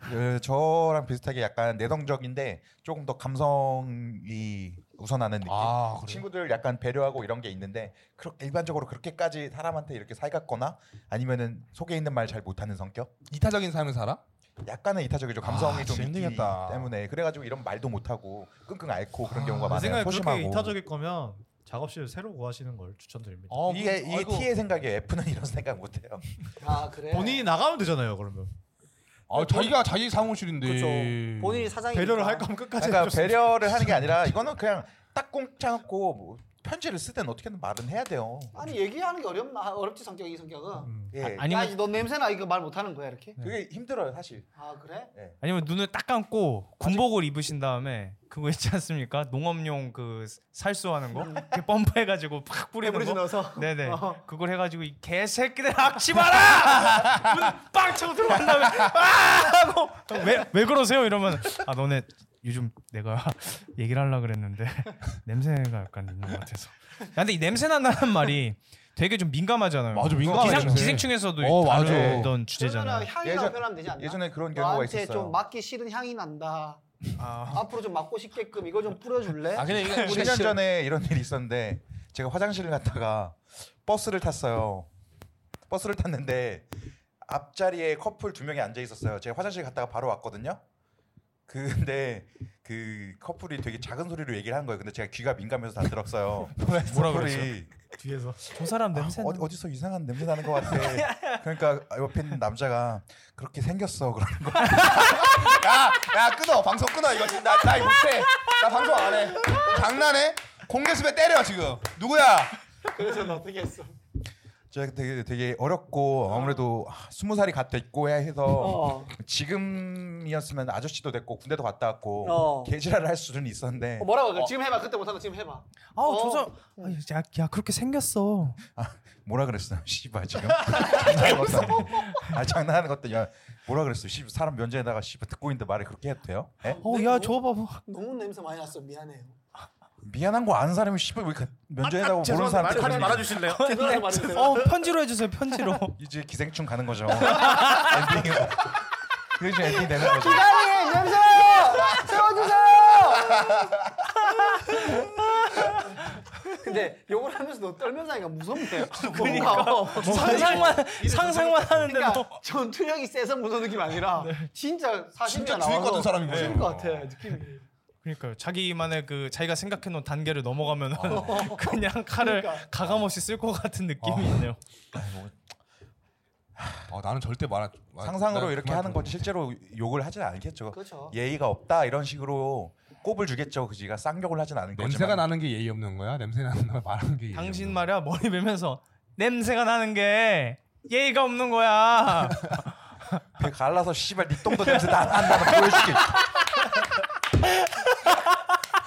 Speaker 6: 그, 저랑 비슷하게 약간 내성적인데 조금 더 감성이 우선하는 느낌.
Speaker 3: 아, 그래요?
Speaker 6: 친구들 약간 배려하고 이런 게 있는데 그렇게 일반적으로 그렇게까지 사람한테 이렇게 살갑거나 아니면은 속에 있는 말 잘 못하는 성격.
Speaker 3: 이타적인 삶을 살아?
Speaker 6: 약간의 이타적이죠. 감성이
Speaker 3: 아,
Speaker 6: 좀
Speaker 3: 진짜
Speaker 6: 있기
Speaker 3: 힘들겠다.
Speaker 6: 때문에 그래가지고 이런 말도 못하고 끙끙 앓고 그런 경우가
Speaker 5: 내
Speaker 6: 많아요.
Speaker 5: 생각에
Speaker 6: 소심하고.
Speaker 5: 그렇게 이타적일 거면 작업실 새로 구하시는 걸 추천드립니다.
Speaker 3: 어,
Speaker 6: 이게 이게
Speaker 3: 아이고.
Speaker 6: T의 생각이에요. F는 이런 생각 못해요.
Speaker 1: 아 그래.
Speaker 5: 본인이 나가면 되잖아요. 그러면
Speaker 3: 아, 자기가 자기 사무실인데.
Speaker 1: 그렇죠. 본인이 사장이
Speaker 5: 배려를 할 거면 끝까지
Speaker 6: 그러니까
Speaker 5: 해줬으면
Speaker 6: 배려를 하는 게 아니라 이거는 그냥 딱 공짜놓고 뭐 편지를 쓸 때는 어떻게든 말은 해야 돼요.
Speaker 1: 아니 얘기하는 게 어렵 아, 어렵지 성격이 이 성격은.
Speaker 5: 음.
Speaker 6: 예.
Speaker 4: 아니- 아니면-
Speaker 1: 야, 너 냄새나 이거 말 못하는 거야 이렇게?
Speaker 6: 그게 힘들어요 사실.
Speaker 1: 아 그래?
Speaker 4: 아니면 눈을 딱 감고 군복을 입으신 다음에 그거 있지 않습니까? 농업용 그 살수하는
Speaker 1: 음.
Speaker 4: 거 이렇게 펌프해가지고 팍 뿌리는
Speaker 1: 배부르지
Speaker 4: 거.
Speaker 1: 넣어서.
Speaker 4: 네네.
Speaker 1: 어.
Speaker 4: 그걸 해가지고 이 개새끼들 악취 봐라! 문빵 치고 들어간 다음에 아 하고 왜, 왜 그러세요? 이러면 아 너네 요즘 내가 얘기를 하려 그랬는데 냄새가 약간 있는 것 같아서. 야, 근데 이 냄새 난다는 말이 되게 좀 민감하잖아요. 네.
Speaker 3: 맞아, 민감하죠,
Speaker 4: 기상,
Speaker 3: 냄새.
Speaker 4: 기생충에서도
Speaker 3: 어, 맞아.
Speaker 4: 다루던
Speaker 1: 그러면
Speaker 4: 주제잖아요.
Speaker 1: 향이라고
Speaker 6: 예전-
Speaker 1: 표현하면 되지 않나?
Speaker 6: 예전에 그런 경우가
Speaker 1: 너한테
Speaker 6: 있었어요.
Speaker 1: 좀 맡기 싫은 향이 난다.
Speaker 4: 아,
Speaker 1: 앞으로 좀 맡고 싶게끔 이거 좀 뿌려줄래?
Speaker 3: 아, 근데 이게
Speaker 6: 10년 전에 이런 일이 있었는데 제가 화장실을 갔다가 버스를 탔어요. 버스를 탔는데 앞자리에 커플 두 명이 앉아 있었어요. 제가 화장실 갔다가 바로 왔거든요. 근데 그 커플이 되게 작은 소리로 얘기를 한 거예요. 근데 제가 귀가 민감해서 다 들었어요.
Speaker 4: 뭐라
Speaker 6: 커플이
Speaker 4: 그랬어요?
Speaker 5: 뒤에서
Speaker 4: 저 사람
Speaker 3: 아,
Speaker 4: 냄새.
Speaker 6: 어, 디서 이상한 냄새 나는 것 같아. 그러니까 옆에 있는 남자가 그렇게 생겼어 그러는 거.
Speaker 3: 야, 야 끊어 방송 끊어 이거 지금 나나 이거 못해 나 방송 안해 장난해 공개 수배 때려 지금 누구야
Speaker 1: 그래서 너 어떻게 했어?
Speaker 6: 제가 되게 되게 어렵고 아무래도 아, 스무 살이 갓 됐고 해서
Speaker 1: 어.
Speaker 6: 지금이었으면 아저씨도 됐고 군대도 갔다 왔고
Speaker 1: 어.
Speaker 6: 개지랄을 할 수는 있었는데
Speaker 1: 어, 뭐라고 그래? 지금 해봐. 그때 못하고 지금 해봐.
Speaker 4: 아우
Speaker 1: 어.
Speaker 4: 저 사람. 아, 야, 야 그렇게 생겼어.
Speaker 6: 아, 뭐라 그랬어요? 씨발 지금 장난하는 것도 아니고. 아 장난하는 것도 야 뭐라 그랬어? 씨 사람 면전에다가 씨발 듣고 있는데 말을 그렇게 해도 돼요? 예?
Speaker 1: 네,
Speaker 4: 어,
Speaker 1: 뭐?
Speaker 4: 야 저거 봐봐.
Speaker 1: 너무 냄새 많이 났어. 미안해요.
Speaker 6: 미안한 거 아는 사람이 씨발 왜 이렇게 면전에다가 모르는 그러니까. 사람
Speaker 5: 죄송한데
Speaker 6: 듣고
Speaker 5: 말- 말아주실래요?
Speaker 1: 죄송하게 말해주세요.
Speaker 4: 어 편지로 해주세요 편지로.
Speaker 6: 이제 기생충 가는 거죠. 엔딩. 그죠 엔딩 되는 거죠.
Speaker 1: 기다리 냄새 세워주세요. 근데 욕을 하면서 너 떨면서 하니까 무섭네요. 그러니까
Speaker 4: 상상만 뭐, 상상만 하는데 뭐. 도
Speaker 1: 그러니까 전투력이 세서 무서운 느낌 아니라 진짜 사실이
Speaker 3: 진짜 주의 같은 사람인 거죠.
Speaker 1: 주인 것 같아 느낌이.
Speaker 4: 그러니까 자기만의 그 자기가 생각해 놓은 단계를 넘어가면 은 아. 그냥 칼을
Speaker 1: 그러니까.
Speaker 4: 가감 없이 쓸 것 같은 느낌이 있네요.
Speaker 3: 아 나는 절대 말안
Speaker 6: 상상으로 이렇게 하는 거지 실제로 욕을 하진 않겠죠.
Speaker 1: 그렇죠.
Speaker 6: 예의가 없다 이런 식으로 꼽을 주겠죠. 그지가 쌍욕을 하진 않은 거지만.
Speaker 3: 냄새가 나는 게 예의 없는 거야 냄새 나는 걸 말하는 게 예의
Speaker 4: 당신
Speaker 3: 없는
Speaker 4: 말이야 머리 밀면서 냄새가 나는 게 예의가 없는 거야.
Speaker 6: 배 갈라서 씨발 니 똥도 냄새 나한다는 거 보여줄게.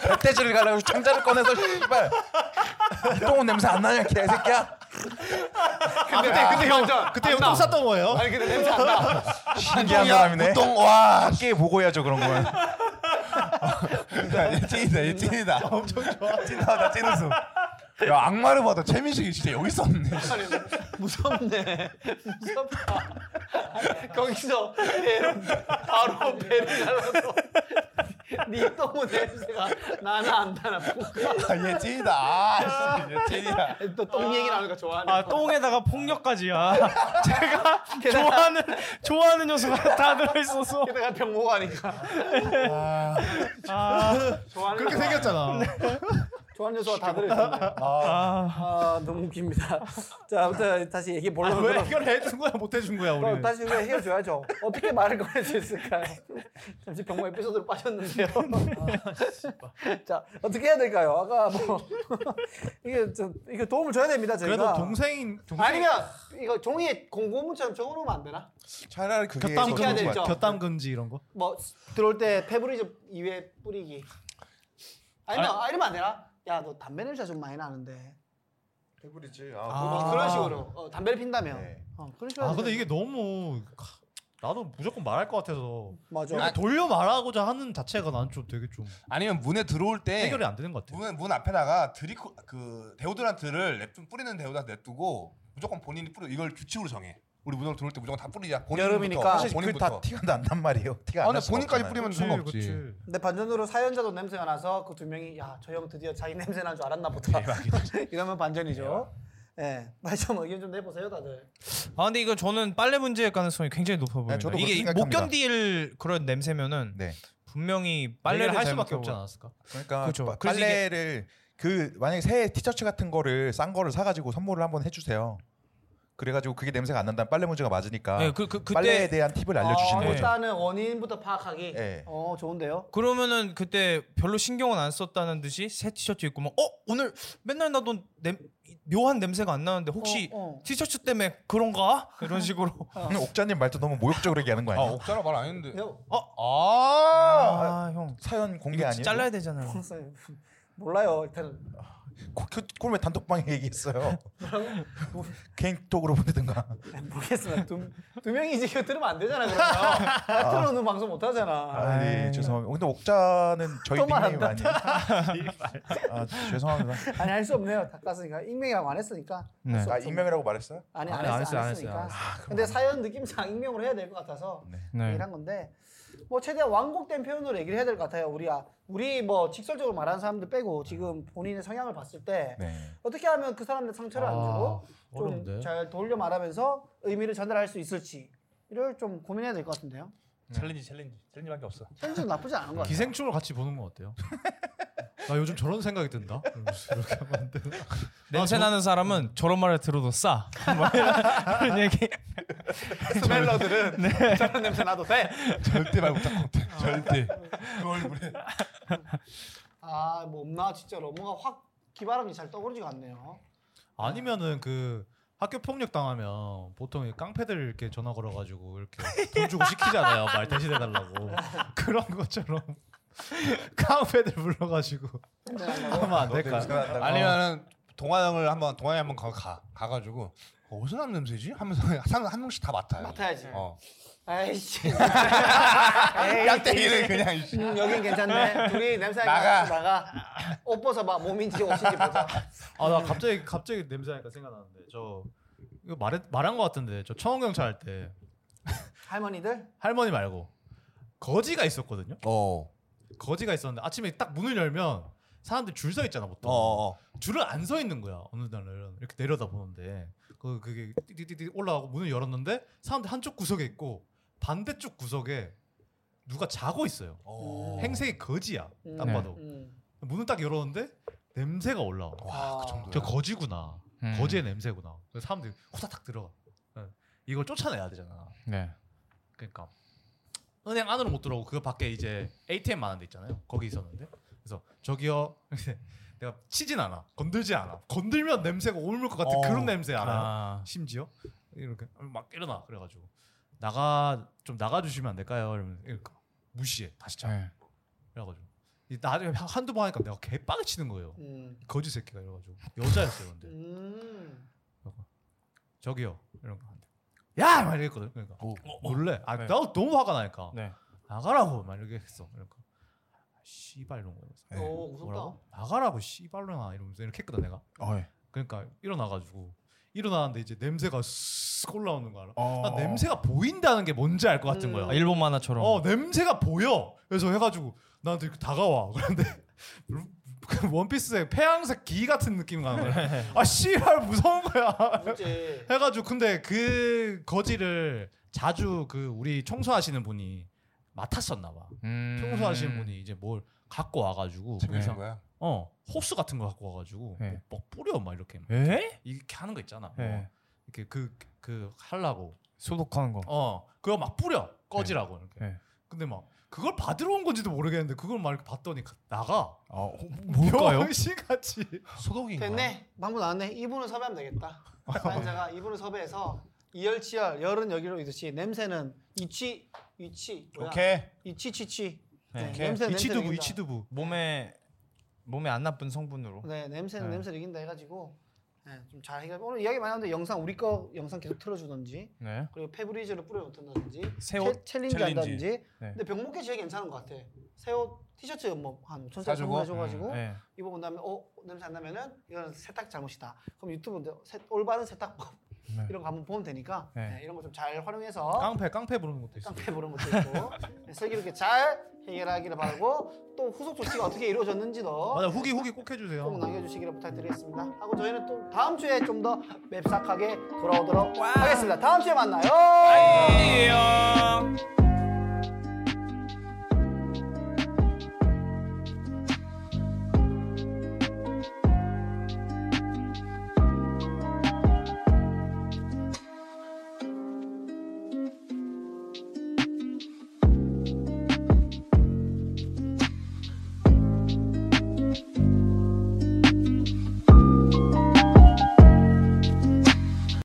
Speaker 6: 멧돼지를 갈라고 창자를 꺼내서 씨발 니 똥은 냄새 안 나냐 개새끼야.
Speaker 1: 근데 근데 형
Speaker 5: 그때 형똥 쌌던 거예요?
Speaker 1: 아니 근데 냄새 안 나.
Speaker 6: 신기한 사람이네.
Speaker 3: 똥, 와
Speaker 6: 함께 보고 해야죠 그런 거면.
Speaker 3: 찐이다 찐이다 얘 찐이다 엄청 좋아 찐다 나 찐웃음 야 악마를 봐도 최민식이 진짜 여기 있었네
Speaker 1: 아니, 무섭네. 무섭다. 아니, 거기서 배를 바로 배를 갈라서 네 똥은 냄새가 나나 안 나나 볼까?
Speaker 3: 아, 얘 찐이다 아얘 찐이야
Speaker 1: 또똥 얘기 나오니까 좋아하네.
Speaker 4: 아 똥에다가 폭력까지야. 제가 좋아하는 좋아하는 요소가 다 들어있어서.
Speaker 1: 게다가 병모가니까
Speaker 4: 아,
Speaker 1: 좋아하는
Speaker 5: 그렇게
Speaker 1: 요소가-
Speaker 5: 생겼잖아.
Speaker 1: 좋아하는 요소가 다 들어있었네.
Speaker 4: 아.
Speaker 1: 아 너무 웃깁니다. 자 아무튼 다시 얘기 뭘로
Speaker 5: 왜 해결 해준 거야 못 해준 거야
Speaker 1: 그럼
Speaker 5: 우리는?
Speaker 1: 어, 다시 왜 헤어져야죠? 어떻게 말을 꺼낼 수 있을까요? 잠시 병모 에피소드로 빠졌는데요.
Speaker 5: 아,
Speaker 1: 자 어떻게 해야 될까요? 아까 뭐 이게 좀 이게 도움을 줘야 됩니다 저희가.
Speaker 5: 그래도 동생인 동생
Speaker 1: 아니면 이거 종이에 공고문처럼 적어놓으면 안 되나?
Speaker 6: 차라리 그게
Speaker 5: 곁담
Speaker 1: 지켜야
Speaker 5: 금지
Speaker 1: 되죠.
Speaker 5: 곁담 금지 이런 거?
Speaker 1: 뭐 들어올 때 페브리즈 이외 뿌리기. 아니면 아, 이러면 안 되나? 야 너 담배 냄새 좀 많이 나는데.
Speaker 6: 해버리지.
Speaker 3: 아,
Speaker 1: 뭐 그런 식으로 어, 담배를 핀다며.
Speaker 6: 네.
Speaker 1: 어, 그런 식으로.
Speaker 5: 아
Speaker 1: 하면
Speaker 5: 근데
Speaker 1: 되죠.
Speaker 5: 이게 너무 하, 나도 무조건 말할 것 같아서
Speaker 1: 맞아.
Speaker 5: 이렇게 돌려 말하고자 하는 자체가 난 좀 되게 좀
Speaker 3: 아니면 문에 들어올 때
Speaker 5: 해결이 안 되는 것 같아.
Speaker 3: 문, 문 앞에다가 드리코 그 데오드란트를 냅둔 뿌리는 데오드란트 냅두고 무조건 본인이 뿌려 이걸 규칙으로 정해. 우리 문으로 들어올 때 무조건 다 뿌리자. 본인부터.
Speaker 1: 여름이니까.
Speaker 3: 사실
Speaker 6: 본인
Speaker 3: 본인부터.
Speaker 6: 그 다 티가 난단 말이에요. 티가
Speaker 3: 아,
Speaker 6: 안
Speaker 3: 근데
Speaker 6: 날 수가
Speaker 3: 본인까지
Speaker 6: 없잖아요.
Speaker 3: 뿌리면
Speaker 5: 그치,
Speaker 3: 상관없지.
Speaker 5: 그치.
Speaker 1: 근데 반전으로 사연자도 냄새가 나서 그 두 명이 야 저 형 드디어 자기 냄새 난 줄 알았나 보다. 이러면 반전이죠. 예, 말좀 의견 좀 내보세요, 다들.
Speaker 4: 아 근데 이거 저는 빨래 문제일 가능성이 굉장히 높아 보입니다.
Speaker 6: 네, 저도 그렇게
Speaker 4: 이게 못
Speaker 6: 생각합니다.
Speaker 4: 견딜 그런 냄새면은
Speaker 6: 네.
Speaker 4: 분명히
Speaker 5: 빨래를
Speaker 4: 빨래를
Speaker 5: 할
Speaker 4: 잘못
Speaker 5: 수밖에 없지
Speaker 4: 하고-
Speaker 5: 않았을까?
Speaker 6: 그러니까
Speaker 4: 그렇죠.
Speaker 6: 바-
Speaker 4: 그래서
Speaker 6: 빨래를 그 만약에 새 티셔츠 같은 거를 싼 거를 사가지고 선물을 한번 해주세요. 그래가지고 그게 냄새가 안 난다면 빨래 문제가 맞으니까
Speaker 4: 네, 그, 그, 그때 네.
Speaker 6: 빨래에 대한 팁을 네, 알려주시는
Speaker 1: 어,
Speaker 4: 거죠.
Speaker 1: 일단은 원인부터 파악하기.
Speaker 6: 예.
Speaker 1: 어, 좋은데요.
Speaker 4: 그러면은 그때 별로 신경은 안 썼다는 듯이 새 티셔츠 입고 막 어 오늘 맨날 나도 냄, 묘한 냄새가 안 나는데 혹시
Speaker 1: 어, 어.
Speaker 4: 티셔츠 때문에 그런가 이런 식으로
Speaker 6: 거죠. 옥자님 말도 너무 모욕적으로 얘기하는 거
Speaker 3: 아
Speaker 6: 아니에요?
Speaker 3: 옥자라 말 안 했는데.
Speaker 1: 형,
Speaker 6: 아,
Speaker 4: 아형
Speaker 6: 사연 공개
Speaker 4: 어, 이거
Speaker 6: 아니에요?
Speaker 4: 잘라야 되잖아요.
Speaker 1: 선생님, 몰라요. 일단은
Speaker 6: 고- 그- 그걸 왜 단톡방에 얘기했어요? 개인톡으로 보내든가.
Speaker 1: 네, 모르겠습니다. 두, 두 명이 지금 들으면 안 되잖아, 그러면. 틀어놓는 방송 못 하잖아.
Speaker 6: 아, 네, 죄송합니다. 근데 옥자는 저희
Speaker 1: 또
Speaker 6: 닉네임
Speaker 1: 말한다.
Speaker 6: 아니에요?
Speaker 3: 네,
Speaker 6: 아, 죄송합니다.
Speaker 1: 아니 할 수 없네요. 닦았으니까 익명이라고 안 했으니까.
Speaker 4: 네.
Speaker 1: 할수
Speaker 6: 아,
Speaker 1: 없죠.
Speaker 6: 익명이라고 말했어요?
Speaker 1: 아니
Speaker 5: 아니,
Speaker 1: 안,
Speaker 5: 안
Speaker 1: 했어,
Speaker 5: 했어요,
Speaker 1: 안
Speaker 5: 안
Speaker 1: 했으니까.
Speaker 5: 했어요, 안
Speaker 1: 근데 사연 느낌상 익명으로 해야 될 것 같아서
Speaker 6: 네.
Speaker 4: 네.
Speaker 1: 얘기를 한 건데 뭐 최대한 완곡된 표현으로 얘기를 해야 될 것 같아요. 우리가 우리 뭐 직설적으로 말하는 사람들 빼고 지금 본인의 성향을 봤을 때
Speaker 6: 네.
Speaker 1: 어떻게 하면 그 사람들 상처를 안 주고
Speaker 5: 아,
Speaker 1: 좀
Speaker 5: 어려운데.
Speaker 1: 잘 돌려 말하면서 의미를 전달할 수 있을지 이를 좀 고민해야 될 것 같은데요.
Speaker 3: 음. 챌린지 챌린지 챌린지밖에 없어.
Speaker 6: 네,
Speaker 1: 현재 나쁘지 않은 것 같아요.
Speaker 5: 기생충을 같이 보는 건 어때요? 나 요즘 저런 생각이 든다. 이러면서 이렇게 하면 안 되나?
Speaker 4: 냄새
Speaker 5: 아, 저-
Speaker 4: 나는 사람은 저런 말을 들어도 싸. 뭐 이런 그런 얘기.
Speaker 1: 스멜러들은 저런 냄새 나도 돼.
Speaker 3: 절대 말 못 할 것 같아. 절대. 그 얼굴에.
Speaker 1: 아뭐 없나 진짜로 뭔가 확 기바람이 잘 떠오르지가 않네요.
Speaker 5: 아니면은 그 학교 폭력 당하면 보통 이 깡패들 이렇게 전화 걸어가지고 이렇게 돈 주고 시키잖아요. 말 대신해달라고 그런 것처럼 깡패들 불러가지고 하면 안
Speaker 3: 네,
Speaker 5: 될까?
Speaker 6: 냄새
Speaker 3: 그러니까.
Speaker 6: 난다고.
Speaker 3: 아니면은 동아 형을 한번 동아 형 한번 가, 가 가가지고 어, 어디서 나는 냄새지? 하면서 한, 한 명씩 다 맡아요.
Speaker 1: 맡아야지.
Speaker 3: 어.
Speaker 1: 아이씨.
Speaker 3: 양 때리는 그냥 이씨.
Speaker 1: 음, 여긴 괜찮네. 둘이 냄새
Speaker 3: 나가.
Speaker 1: 나가. 나가. 옷 벗어 봐. 몸인지 옷인지 보자.
Speaker 5: 아 나 갑자기 갑자기 냄새나니까 생각나는데 저 이거 말 말한 것 같은데 저 청원경찰 할 때
Speaker 1: 할머니들
Speaker 5: 할머니 말고 거지가 있었거든요.
Speaker 6: 어.
Speaker 5: 거지가 있었는데 아침에 딱 문을 열면 사람들 줄 서 있잖아 보통.
Speaker 6: 어. 어.
Speaker 5: 줄을 안 서 있는 거야 어느 날은 이렇게 내려다 보는데 그 그게 띠띠띠 올라가고 문을 열었는데 사람들 한쪽 구석에 있고 반대쪽 구석에 누가 자고 있어요
Speaker 1: 어.
Speaker 5: 행색이 거지야
Speaker 1: 음.
Speaker 5: 딱
Speaker 4: 네.
Speaker 5: 봐도
Speaker 1: 음.
Speaker 5: 문을 딱 열었는데 냄새가 올라와
Speaker 3: 와, 그 정도야.
Speaker 5: 저 거지구나
Speaker 4: 음.
Speaker 5: 거지의 냄새구나 그래서 사람들이 후다닥 들어가 예. 이걸 쫓아내야 되잖아
Speaker 4: 네.
Speaker 5: 그러니까 은행 안으로 못 들어오고 그 밖에 이제 ATM 많은 데 있잖아요. 거기 있었는데 그래서 저기요 내가 치진 않아 건들지 않아 건들면 냄새가 올물 것 같은
Speaker 3: 어.
Speaker 5: 그런 냄새 알아요.
Speaker 4: 아.
Speaker 5: 심지어 이렇게 막 일어나 그래가지고 나가 좀 나가 주시면 안 될까요? 이러면 이러니까 무시해 다시 자
Speaker 4: 네.
Speaker 5: 그래가지고 이 나중에 한- 한두 번 하니까 내가 개빡이 치는 거예요.
Speaker 1: 음.
Speaker 5: 거지 새끼가 이래가지고 여자였어요 근데
Speaker 1: 음.
Speaker 5: 저기요 이런 거 야! 막 이랬거든 그러니까
Speaker 3: 오.
Speaker 5: 놀래 아,
Speaker 4: 네.
Speaker 5: 나 너무 화가 나니까
Speaker 4: 네.
Speaker 5: 나가라고 막 이렇게 했어. 그러니까 아, 씨발 놈.
Speaker 3: 네.
Speaker 1: 오 무섭다.
Speaker 5: 뭐라고? 나가라고 씨발로나 이러면서 이렇게 했거든 내가.
Speaker 3: 어, 예.
Speaker 5: 그러니까 일어나가지고 일어나는데 이제 냄새가 쓱 올라오는 거 알아?
Speaker 3: 어.
Speaker 5: 나 냄새가 보인다는 게 뭔지 알 것 같은
Speaker 1: 음.
Speaker 5: 거야.
Speaker 4: 아, 일본 만화처럼.
Speaker 5: 어 냄새가 보여. 그래서 해가지고 나한테 이렇게 다가와. 그런데 그 원피스에 폐양색 기 같은 느낌 나는 거야. 아 씨발 무서운 거야.
Speaker 1: 무섭지.
Speaker 5: 해가지고 근데 그 거지를 자주 그 우리 청소하시는 분이 맡았었나 봐.
Speaker 4: 음.
Speaker 5: 청소하시는 분이 이제 뭘 갖고 와가지고
Speaker 3: 챙겨준
Speaker 5: 그냥
Speaker 3: 거야.
Speaker 5: 어 호스 같은 거 갖고 와가지고
Speaker 4: 네.
Speaker 5: 뭐, 막 뿌려 막 이렇게 막
Speaker 4: 에?
Speaker 5: 이렇게 하는 거 있잖아
Speaker 4: 네.
Speaker 5: 뭐 이렇게 그 그 하려고
Speaker 4: 소독하는 거.
Speaker 5: 어 그거 막 뿌려 꺼지라고 이렇게
Speaker 4: 네.
Speaker 5: 근데 막 그걸 받으러 온 건지도 모르겠는데 그걸 막 이렇게 봤더니 가- 나가
Speaker 3: 어,
Speaker 4: 아, 뭘까요?
Speaker 5: 병신같이
Speaker 3: 소독인 거야.
Speaker 1: 됐네. 방금 나왔네. 이분을 섭외하면 되겠다. 사연자가 이분을 섭외해서 이열치열 열은 여기로 이듯이 냄새는 이치 이치 뭐야?
Speaker 3: 오케이.
Speaker 1: 이치치치.
Speaker 4: 네,
Speaker 1: 네, 냄새는
Speaker 4: 오케이.
Speaker 1: 냄새를
Speaker 5: 이치두부
Speaker 1: 이긴다.
Speaker 5: 이치두부
Speaker 4: 몸에 몸에 안 나쁜
Speaker 6: 음.
Speaker 4: 성분으로.
Speaker 1: 네 냄새는
Speaker 4: 네.
Speaker 1: 냄새를 이긴다 해가지고 네, 좀잘 해결. 오늘 이야기 많이 하는데 영상 우리 거 영상 계속 틀어주던지
Speaker 4: 네.
Speaker 1: 그리고 페브리즈를 뿌려놓던다든지
Speaker 4: 새옷
Speaker 1: 채- 챌린지,
Speaker 3: 챌린지.
Speaker 1: 한다든지
Speaker 4: 네.
Speaker 1: 근데 병목회 제일 괜찮은 것 같아 새옷 티셔츠 뭐한 5천짜리
Speaker 3: 사주고?
Speaker 1: 선물해줘가지고
Speaker 4: 네.
Speaker 1: 입어본 다음에 어 냄새 안 나면은 이거는 세탁 잘못이다 그럼 유튜브인데 뭐 세- 올바른 세탁법
Speaker 4: 네.
Speaker 1: 이런 거 한번 보면 되니까
Speaker 4: 네.
Speaker 1: 네, 이런 거 좀 잘 활용해서
Speaker 5: 깡패 깡패 부르는 것도 있어
Speaker 1: 깡패 보는 것도 있고 네, 슬기롭게 잘 해결하기를 바라고 또 후속 조치가 어떻게 이루어졌는지도
Speaker 5: 맞아 후기 후기 꼭 해주세요.
Speaker 1: 꼭 남겨주시기를 부탁드리겠습니다. 하고 저희는 또 다음 주에 좀 더 맵싹하게 돌아오도록 하겠습니다. 다음 주에 만나요.
Speaker 4: 아이,